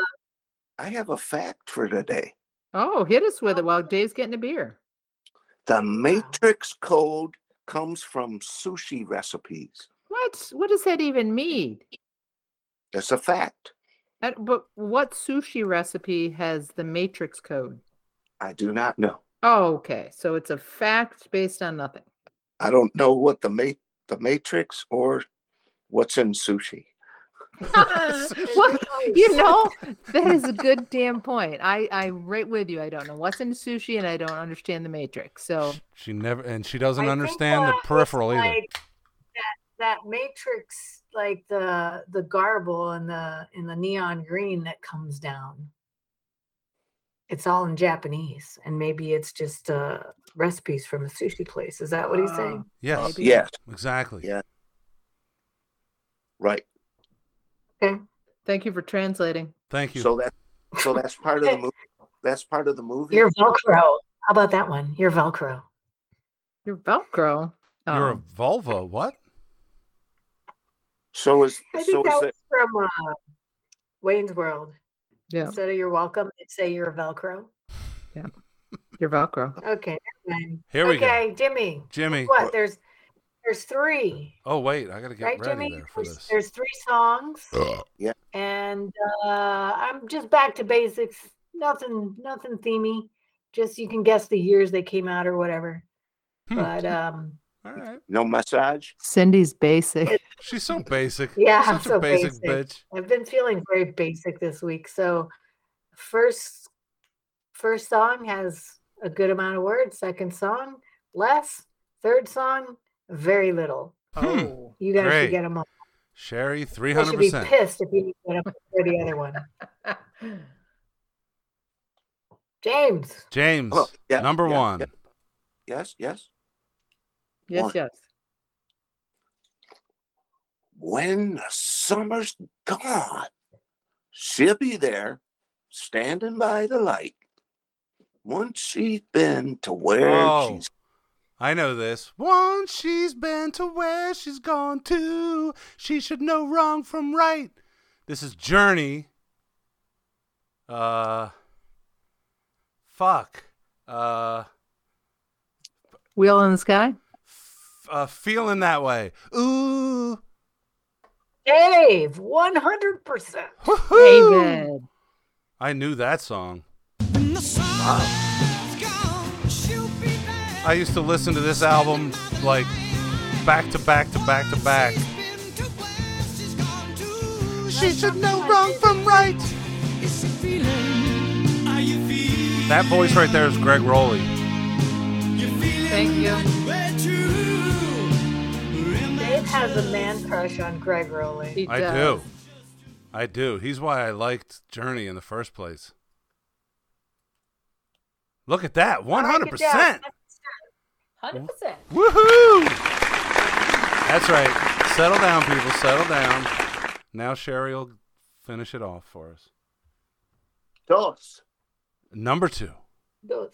I have a fact for today. Oh, hit us with it while Dave's getting a beer. The matrix code comes from sushi recipes. What? What does that even mean? That's a fact. That- but what sushi recipe has the matrix code? I do not know. Oh, okay. So it's a fact based on nothing. I don't know what the ma- the matrix or what's in sushi. well, you know, that is a good damn point. I, I'm right with you. I don't know what's in sushi and I don't understand the matrix. So She never and she doesn't Oh. I think understand that the was peripheral either. like that that matrix like the the garble and the in the neon green that comes down. It's all in Japanese, and maybe it's just uh, recipes from a sushi place. Is that what Uh, he's saying? yes. maybe. Yes, Exactly. Yeah. right. Thank you for translating. Thank you. So that so that's part of the movie. That's part of the movie. You're Velcro. How about that one? You're Velcro. You're Velcro. You're a Um. Oh, vulva. What? so is I think so that is was it from uh, Wayne's World. yeah, Instead of you're welcome, it say you're Velcro. you're Velcro. Okay. never mind. Here we go. Okay, Jimmy. Jimmy. What? There's there's three, Oh wait, I got to get right, ready Jimmy? there for There's, this. there's three songs. Yeah. And uh, I'm just back to basics. Nothing, nothing themey. Just you can guess the years they came out or whatever. Hmm. But um, All right. no massage? Cindy's basic. She's so basic. Yeah, Such a so basic, basic. bitch. I've been feeling very basic this week. So first first song has a good amount of words, second song less, third song very little. Hmm. You guys Great. should get them all. Sherry, You 300%. should be pissed if you didn't get them for the other one. James, James, Oh, yeah, number yeah, one. yeah. Yes, yes. yes, One. yes. When the summer's gone, she'll be there standing by the light, Once she's been to where Oh. she's I know this. Once she's been to where she's gone to, she should know wrong from right. This is Journey. Uh, fuck. Uh, Wheel in the sky. f- uh feeling that way. Ooh. Dave, 100%. woo-hoo. David. I knew that song. I I used to listen to this album like back to back to back to back. She should know wrong from right. That voice right there is Greg Rowley. Thank you. Dave has a man crush on Greg Rowley. He I does. do. I do. He's why I liked Journey in the first place. Look at that. 100%. 100%. Woohoo! That's right. Settle down, people. Settle down. Now Sherry will finish it off for us. Dos. Number two. Those-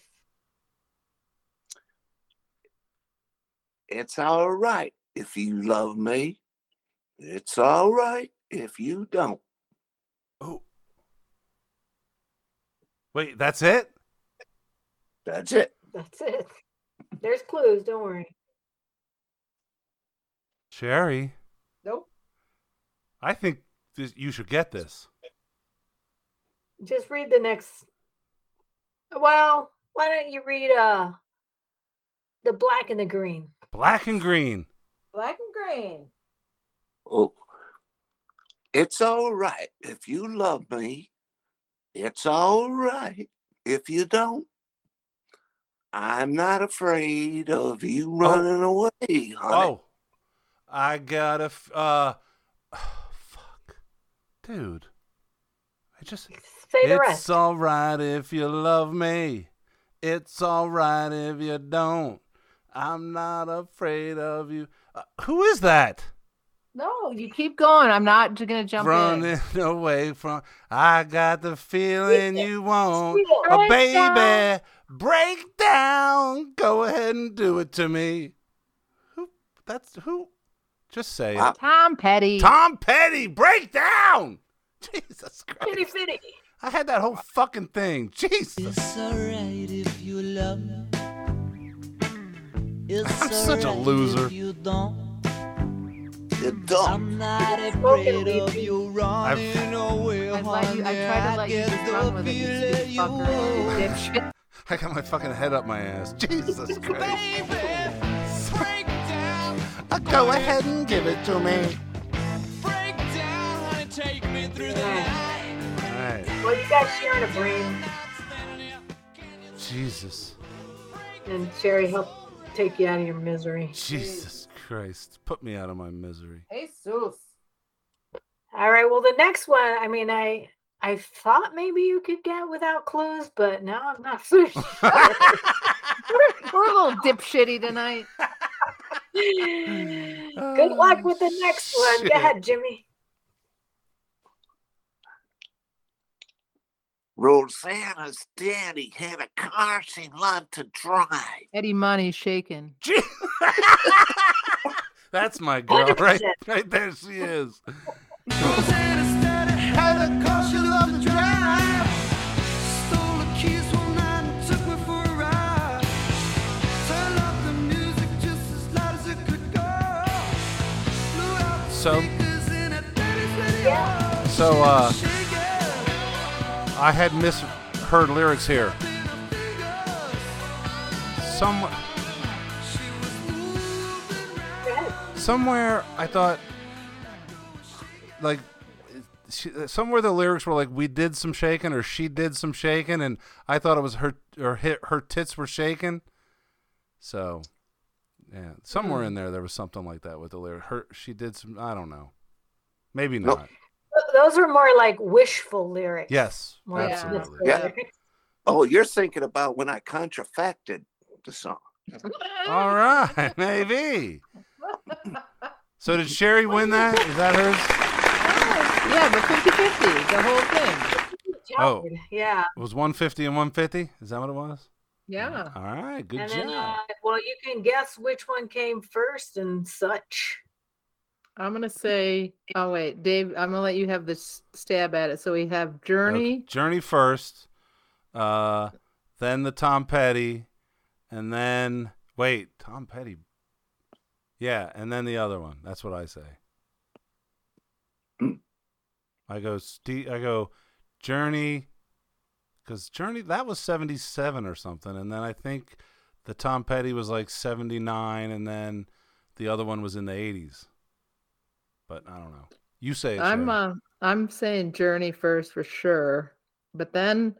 It's all right if you love me. It's all right if you don't. Oh. Wait, that's it? That's it. That's it. There's clues. Don't worry. Sherry, Nope. I think this, you should get this. Just read the next. Well, why don't you read uh the black and the green? Black and green. Black and green. Oh. It's all right if you love me. It's all right if you don't. I'm not afraid of you running away, honey. Oh, I got a f- uh, fuck, dude. I just. Say the It's rest. all right if you love me. It's all right if you don't. I'm not afraid of you. Uh, who is that? No, you keep going. I'm not j- gonna jump in. Running away from. I got the feeling you want Sweet it. a Break baby. down. Break down. Go ahead and do it to me. Who? That's who? Just say it. Wow. Tom Petty. Tom Petty, break down! Jesus Fitty Christ. fitty. I had that whole fucking thing. Jesus. It's alright if you love me. It's I'm such a alright loser. If you don't. You don't. I'm not broken afraid of weepy. you running away. I let you. I tried to let you just run with it, you stupid fucker, you dipshit. I got my fucking head up my ass. Jesus Christ. break down, Uh, Go ahead and give it to me. break down, honey, take me through the Yeah. night. All right. Well, you got Sharon a brain, Jesus. and Sherry helped take you out of your misery. Jesus Christ. Put me out of my misery. Jesus. All right. Well, the next one. I mean, I I thought maybe you could get without clues, but now I'm not so sure. We're a little dipshitty tonight. Good luck with the next one. Shit. Go ahead, Jimmy. Rosanna's daddy had a car she loved to drive. Eddie Money shaking. Je- That's my girl, right? Right there she is. So, so uh, I had misheard lyrics here. Some, Go ahead. somewhere I thought, like, she, somewhere the lyrics were like, "We did some shaking" or "She did some shaking," and I thought it was her or hit her tits were shaking. So, yeah, somewhere in there there was something like that with the lyric. Her, she did some. I don't know. Maybe Nope. not. Th- Those are more like wishful lyrics. Yes, More than Yeah. absolutely. wishful Yeah. lyrics. Oh, you're thinking about when I contrafacted the song. All right, maybe. So did Sherry win that? Is that hers? Yeah, but 50 50, the whole thing. Oh. died. Yeah. It was 150 and 150. Is that what it was? Yeah. All right. Good and job. then, uh, well, you can guess which one came first and such. I'm gonna say. Oh wait, Dave. I'm gonna let you have this stab at it. So we have Journey. Okay, Journey first, uh, then the Tom Petty, and then wait, Tom Petty. Yeah, and then the other one. That's what I say. Hmm. I go. Ste- I go. Journey, because Journey that was seventy seven or something, and then I think the Tom Petty was like seventy nine, and then the other one was in the eighties. But I don't know. You say it, I'm Sherry. uh, I'm saying Journey first for sure, but then,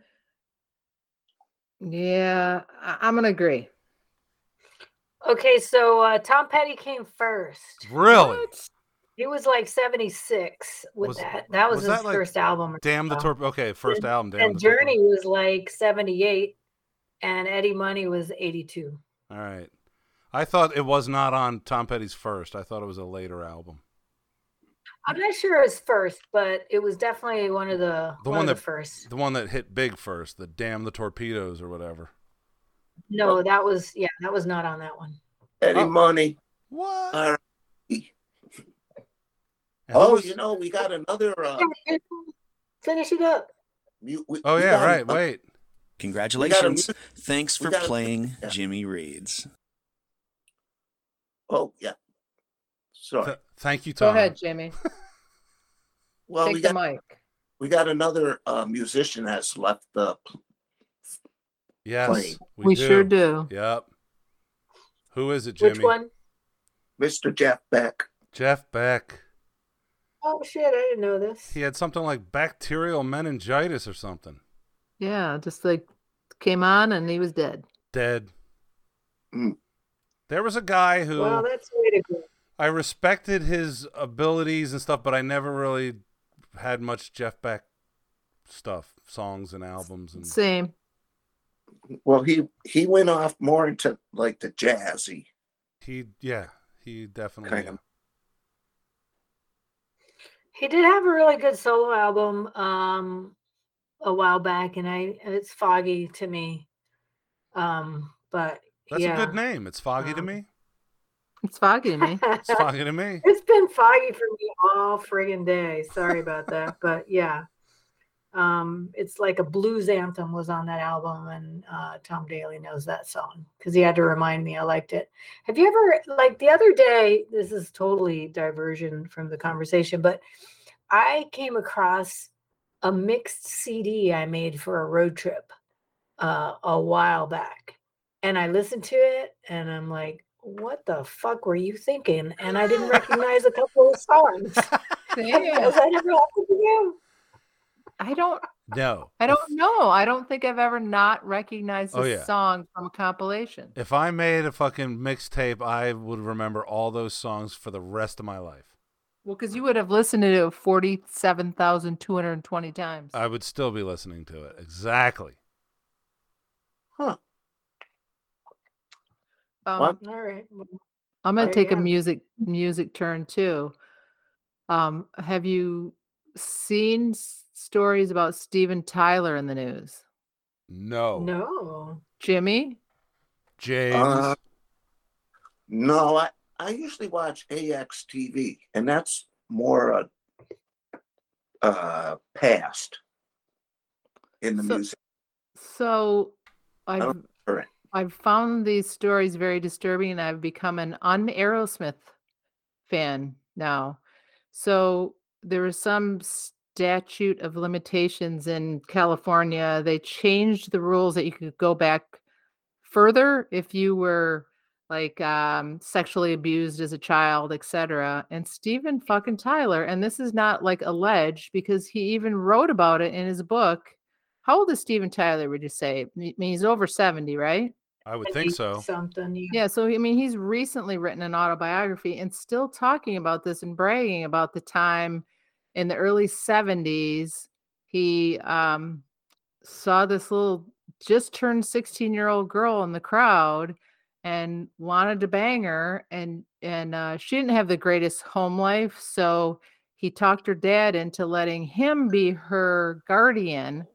yeah, I- I'm gonna agree. Okay, so uh, Tom Petty came first. really. He was like 76 with Was- that. That was, was his that, like, first album. or Damn the so. torp. Okay, first album. Damn Uh, And the Journey Torpedo. was like 78, and Eddie Money was 82. All right, I thought it was not on Tom Petty's first. I thought it was a later album. I'm not sure it's first, but it was definitely one of the, The one one, of that- the first. The one that hit big first, the Damn the Torpedoes or whatever. No, that was yeah, that was not on that one. Eddie Oh. Money. What? All right. And who Uh, Oh, was- you know, we got another. Uh, Finish it up. mu- we, oh we yeah, got right. another- Wait. Congratulations. Congratulations. Thanks we for got a- playing yeah. Jimmy Reed's. Oh yeah. Sorry. Th- thank you, Go Tom. ahead, Jamie. well, we Take the got mic. we got another uh, musician that's left the Yes, Play. we, do. sure do. Yep. Who is it, Jimmy? Which one? Mr. Jeff Beck. Jeff Beck. Oh shit, I didn't know this. He had something like bacterial meningitis or something. Yeah, just like came on and he was dead. Dead. Mm. There was a guy who. Wow, that's way to go. I respected his abilities and stuff, but I never really had much Jeff Beck stuff, songs and albums and Same. Well, he he went off more into like the jazzy. he yeah, he definitely Kind yeah. of. He did have a really good solo album um a while back and I and it's foggy to me. Um but That's yeah. a good name. It's foggy to Um, me. It's foggy to me. It's foggy to me. it's been foggy for me all friggin' day. Sorry about that. But yeah. Um, it's like a blues anthem was on that album, and uh, Tom Daly knows that song because he had to remind me I liked it. Have you ever like the other day? This is totally diversion from the conversation, but I came across a mixed CD I made for a road trip uh, a while back, and I listened to it, and I'm like, "What the fuck were you thinking?" And I didn't recognize a couple of songs Same. because I never happened to do. I don't. No. I don't know. I don't think I've ever not recognized a Oh, yeah. song from a compilation. If I made a fucking mixtape, I would remember all those songs for the rest of my life. Well, because you would have listened to it forty-seven thousand two hundred twenty times. I would still be listening to it. Exactly. Um, All right. well, I'm gonna There you take a go. music music turn too. Um, have you seen s- stories about Steven Tyler in the news? No. No. Jimmy, James. Uh, No, I I usually watch AX TV, and that's more uh, uh past in the So- music. so I've don't- alright. I've found these stories very disturbing, and I've become an un Aerosmith fan now. So there was some statute of limitations in California. They changed the rules that you could go back further if you were like um, sexually abused as a child, etc. And Steven fucking Tyler, and this is not like alleged because he even wrote about it in his book. How old is Steven Tyler? Would you say? I mean, he's over seventy, right? I would think so. Something. Yeah. Yeah, so I mean, he's recently written an autobiography and still talking about this and bragging about the time in the early 70s he um, saw this little just turned 16 year old girl in the crowd and wanted to bang her and and uh, she didn't have the greatest home life so he talked her dad into letting him be her guardian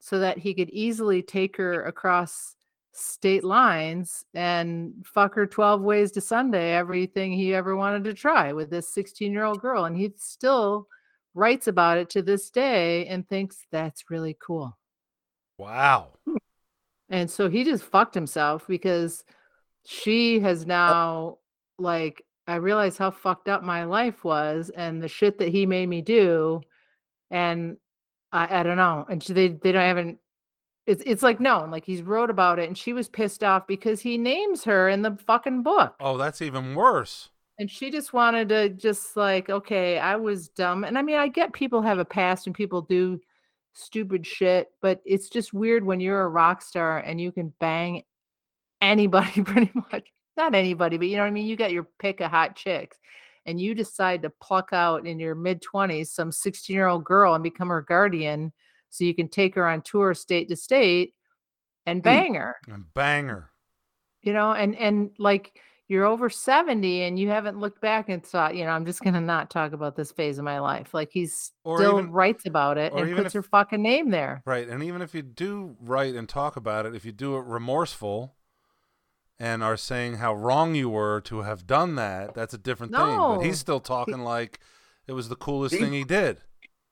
so that he could easily take her across state lines and fuck her 12 ways to Sunday, everything he ever wanted to try with this 16 year old girl. And he still writes about it to this day and thinks that's really cool. Wow. And so he just fucked himself because she has now, like, I realized how fucked up my life was and the shit that he made me do. And I, I don't know. And she- they, they don't haven't, it's, it's like known, like he's wrote about it and she was pissed off because he names her in the fucking book. Oh, that's even worse. And she just wanted to just like, okay, I was dumb. And I mean, I get people have a past and people do stupid shit, but it's just weird when you're a rock star and you can bang anybody pretty much. Not anybody, but you know what I mean? You got your pick of hot chicks and you decide to pluck out in your mid 20s some 16 year old girl and become her guardian so you can take her on tour state to state and bang her And banger. you know and and like you're over 70 and you haven't looked back and thought you know i'm just gonna not talk about this phase of my life like he's Or still even- writes about it or and even puts if- her fucking name there Right. And even if you do write and talk about it, if you do it remorseful and are saying how wrong you were to have done that, that's a different thing. But No. he's still talking like it was the coolest thing he did.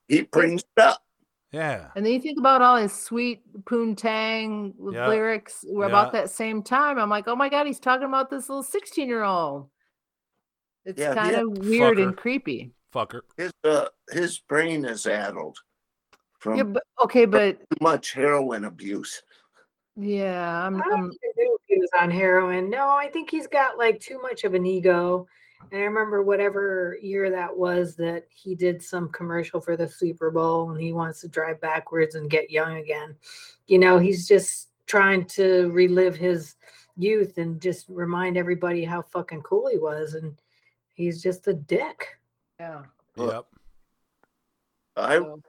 He brings it up. Yeah. and then you think about all his sweet poontang l- Yeah. lyrics were about that same time i'm like oh my god he's talking about this little 16 year old it's Yeah, kind yeah. of weird and Fucker. creepy Fucker. His uh, his brain is addled from yeah but okay but too much heroin abuse. yeah i'm, I I'm don't even know if he was on heroin. No, I think he's got like too much of an ego. And I remember whatever year that was that he did some commercial for the Super Bowl and he wants to drive backwards and get young again. You know, he's just trying to relive his youth and just remind everybody how fucking cool he was. And he's just a dick. yeah Look. Yep. I so-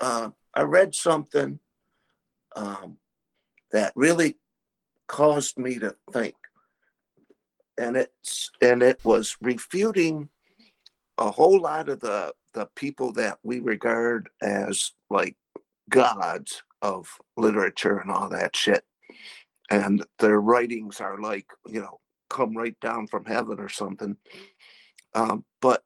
uh, I read something um, that really caused me to think, and it's and it was refuting a whole lot of the the people that we regard as like gods of literature and all that shit, and their writings are like you know come right down from heaven or something, um, but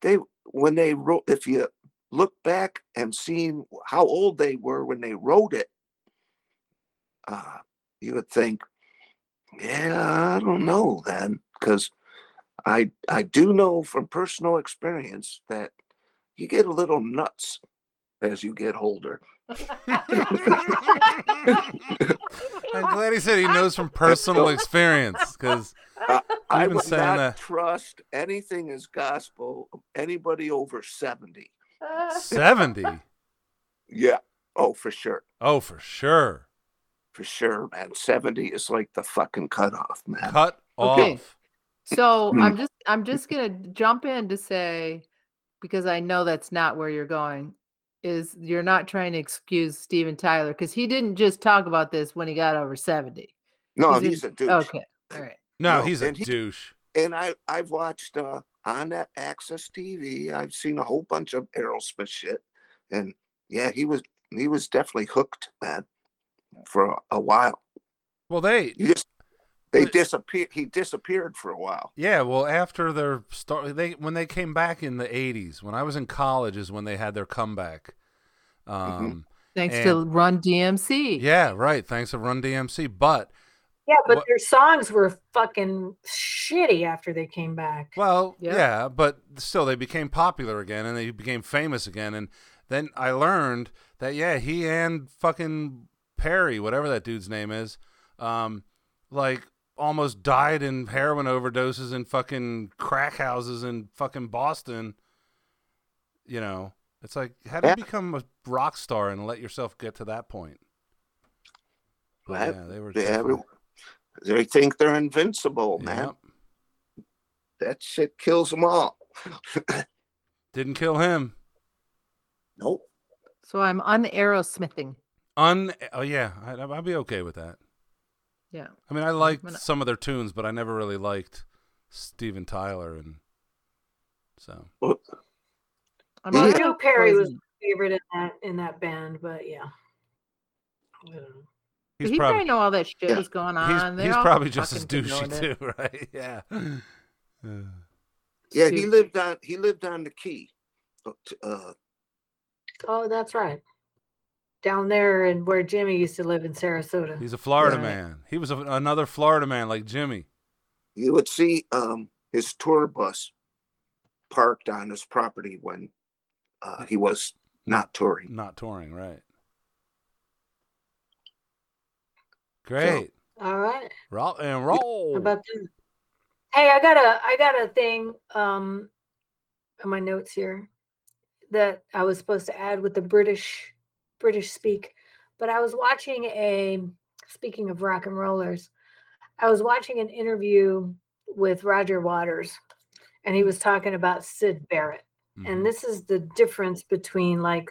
they when they wrote if you look back and seeing how old they were when they wrote it, uh, you would think, yeah, I don't know then, because I I do know from personal experience that you get a little nuts as you get older. I'm glad he said he knows from personal experience because I You've been would saying not that. trust anything as gospel of anybody over seventy. 70. Yeah. Oh, for sure. Oh, for sure. For sure, man. 70 is like the fucking cutoff, man. Cut Okay. off. So Hmm. I'm just I'm just gonna jump in to say, because I know that's not where you're going, is you're not trying to excuse Steven Tyler because he didn't just talk about this when he got over 70. No, He's a- he's a douche. Okay. All right. No, No, he's a and he- douche. and I I've watched uh, on that Access TV. I've seen a whole bunch of Aerosmith shit, and yeah, he was he was definitely hooked, man, for a, a while. Well, they You just they But- disappeared. He disappeared for a while. Yeah, well, after their start, they when they came back in the '80s, when I was in college, is when they had their comeback. Um, Thanks to And- Run DMC. Yeah, right. Thanks to Run DMC, but Yeah, but What- their songs were fucking shitty after they came back. well, Yeah. yeah, but still, they became popular again, and they became famous again. And then I learned that yeah, he and fucking Perry, whatever that dude's name is, um, like almost died in heroin overdoses and fucking crack houses in fucking Boston. You know, it's like how do Yeah. you become a rock star and let yourself get to that point? But Right. yeah, they were. They, definitely- every- they think they're invincible, man. Yep. That shit kills them all. Didn't kill him. Nope. So I'm un Aerosmithing. Un. Oh yeah, I, I'd be okay with that. Yeah. I mean, I liked gonna- some of their tunes, but I never really liked Steven Tyler, and so I'm Yeah. on Joe Perry was Aerosmith. Favorite in that in that band, but yeah. I don't know. He's He's he probably, probably know all that shit Yeah. was going he's, on. They're he's all probably just as fucking douchey doing it. too, right? Yeah. Uh, Yeah, he Dude. lived on he lived on the key. uh, t- Uh, Oh, that's right. Down there and where Jimmy used to live in Sarasota. he's a Florida Right. man. He was a, another Florida man like Jimmy. you would see um, his tour bus parked on his property when uh, he was not touring. not touring, right? Great. All right. Roll and roll. How about that? Hey, I got a I got a thing um in my notes here that I was supposed to add with the British British speak, but I was watching a speaking of rock and rollers, I was watching an interview with Roger Waters and he was talking about Sid Barrett Mhm. and this is the difference between like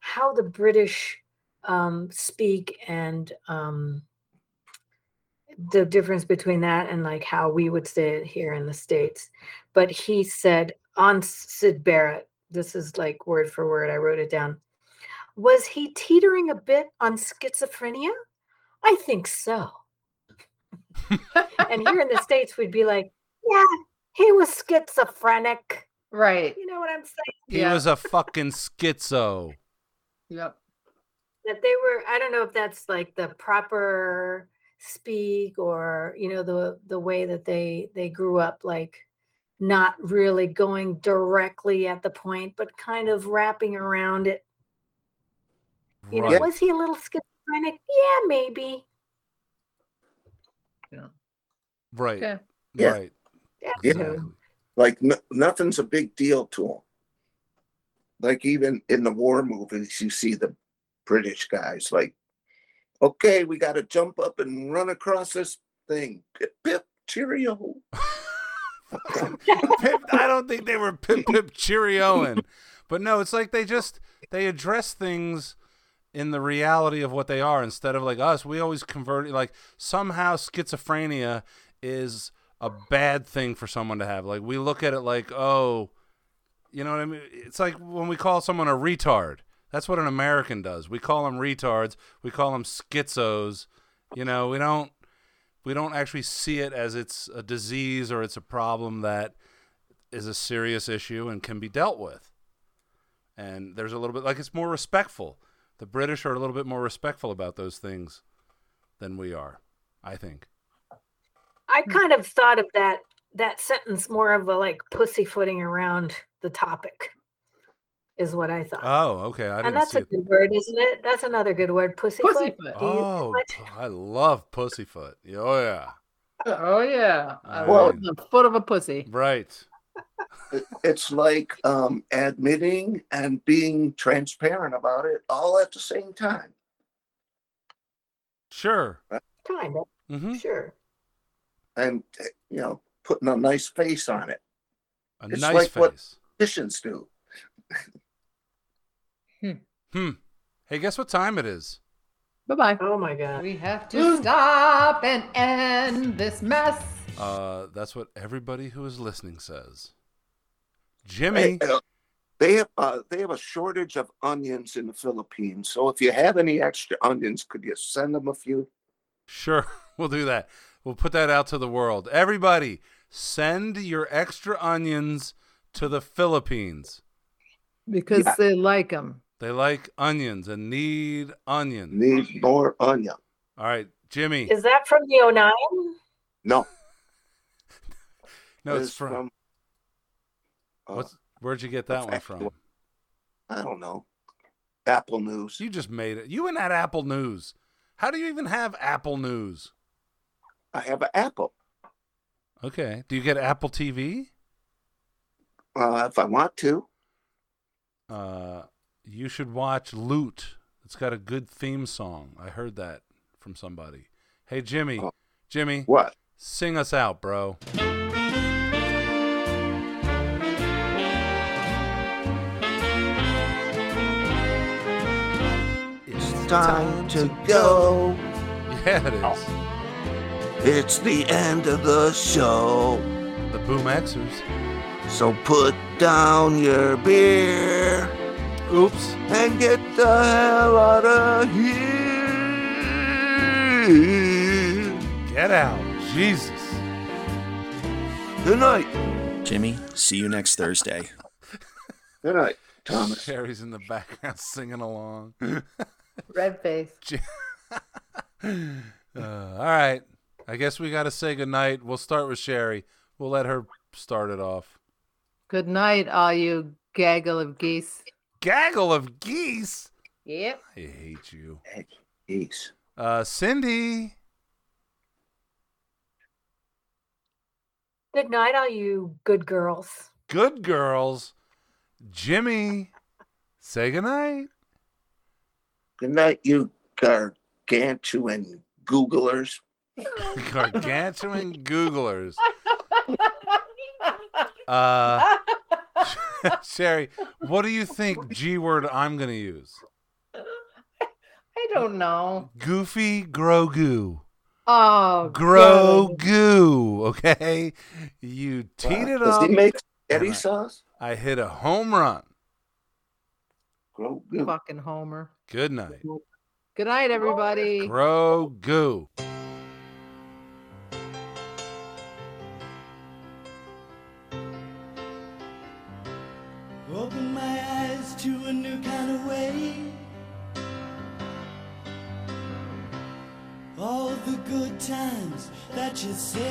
how the british um, speak and um, the difference between that and like how we would say it here in the states but he said on sid barrett this is like word for word i wrote it down was he teetering a bit on schizophrenia i think so and here in the states we'd be like yeah he was schizophrenic Right. you know what I'm saying? he yeah. was a fucking schizo. Yep. That they were, I don't know if that's like the proper speak or you know the the way that they they grew up like not really going directly at the point but kind of wrapping around it you Right. know was he a little schizophrenic yeah maybe Right. Okay. Yeah. Right. Yeah. Exactly. Like no, nothing's a big deal to him. Like even in the war movies, you see the British guys like, okay, we got to jump up and run across this thing. Pip, pip, cheerio. Pip, I don't think they were pip pip cheerioing, but no, it's like they just they address things in the reality of what they are instead of like us. We always convert like somehow schizophrenia is a bad thing for someone to have. Like we look at it like oh, you know what I mean. It's like when we call someone a retard. That's what an American does. We call them retards. We call them schizos. You know, we don't we don't actually see it as it's a disease or it's a problem that is a serious issue and can be dealt with. And there's a little bit like it's more respectful. The British are a little bit more respectful about those things than we are, I think. i kind of thought of that that sentence more of a like pussyfooting around the topic is what i thought Oh, okay. I and didn't that's see a it. good word isn't it that's another good word pussyfoot Pussyfoot. Do you- Oh, what? I love pussyfoot. Oh yeah, Oh yeah. I Well- love the foot of a pussy. right. It- It's like um, admitting and being transparent about it all at the same time. Sure. kind of Mm-hmm. sure and uh, you know putting a nice face on it A It's nice like face. what- Christians do Hmm. Hey, guess what time it is? Bye bye. Oh my god. We have to stop and end this mess. Uh, that's what everybody who is listening says. Hey, Jimmy, uh, they have uh, they have a shortage of onions in the philippines so if you have any extra onions could you send them a few sure, we'll do that. We'll put that out to the world. Everybody, send your extra onions to the Philippines. Because Yeah. they like them. They like onions and need onion. need more onion All right, Jimmy. Is that from the 09? no No, it's it's from. uh, what's, where'd you get that one from? actual- i don't know apple news You just made it. You and that Apple News. How do you even have Apple News? i have an apple Okay. Do you get Apple TV? uh, if i want to Uh, you should watch Loot. It's got a good theme song. I heard that from somebody. Hey Jimmy, Oh. Jimmy, what sing us out, bro. It's go Yeah, it is. it's the end of the show The Boom Xers. So put down your beer Oops. and get the hell out of here. me. Get out. Jesus. Good night. Jimmy, see you next Thursday. Good night, Thomas. Sherry's in the background singing along. Red face. Uh, all right. I guess we got to say goodnight. We'll start with Sherry. We'll let her start it off. Good night, all you gaggle of geese. Gaggle of geese. Yep. I hate you. Peace. Uh, Cindy. Good night, all you good girls. Good girls. Jimmy. Say goodnight. Good night, you gargantuan Googlers. Gargantuan Googlers. Uh, Sherry, what do you think G word I'm going to use? I don't know. Goofy Grogu. Oh, gross. Grogu. Okay. You teed it Does up. he make spaghetti Alright. sauce? I hit a home run. Grow good. Fucking Homer. Good night. Good night, everybody. Grogu. Open my eyes to a new kind of way. All the good times that you saved.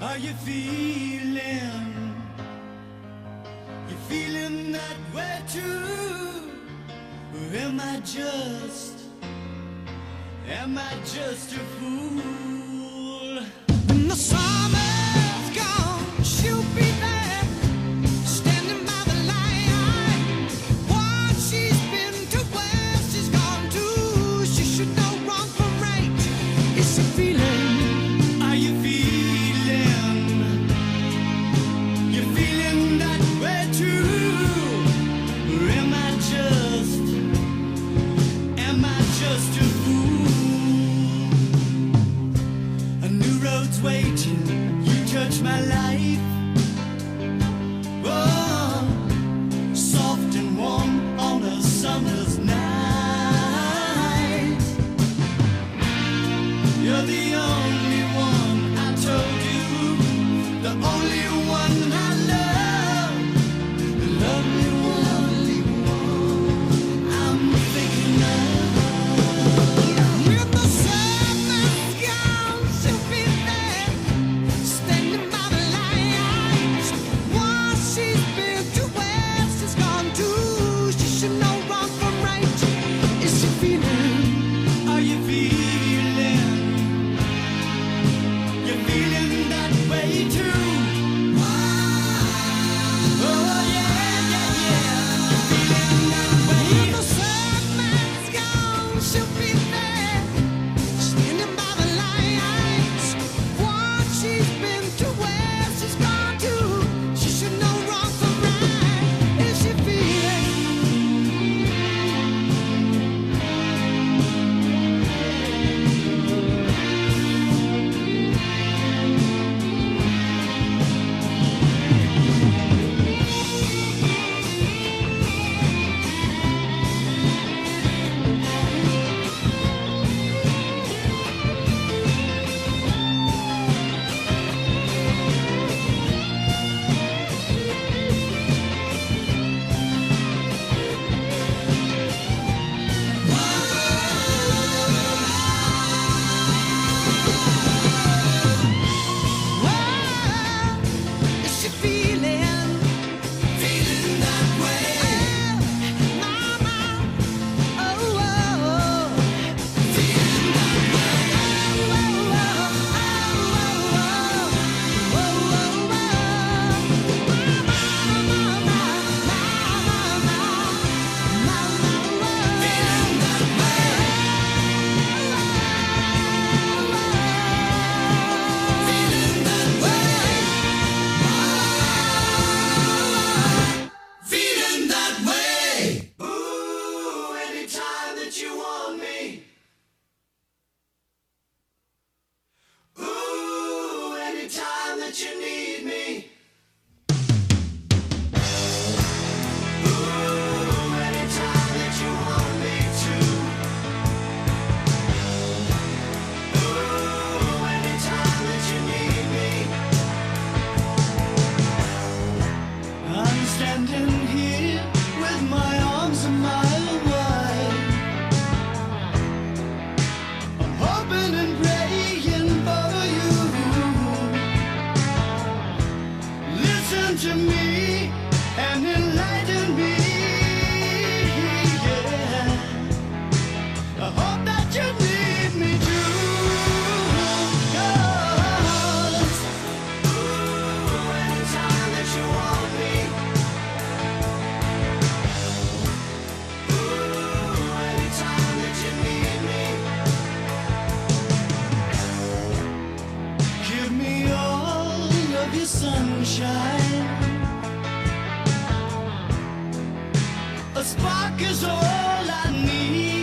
Are you feeling? You feeling that way too? Or am I just? Am I just a fool? When the summer's gone, she'll be there, standing by the light. What she's been to, where she's gone to, she should know wrong from right. It's a feeling. Are you feeling? You feeling that way too? Or am I just? Am I just a fool? Oh, A spark is all I need. Oh, Oh,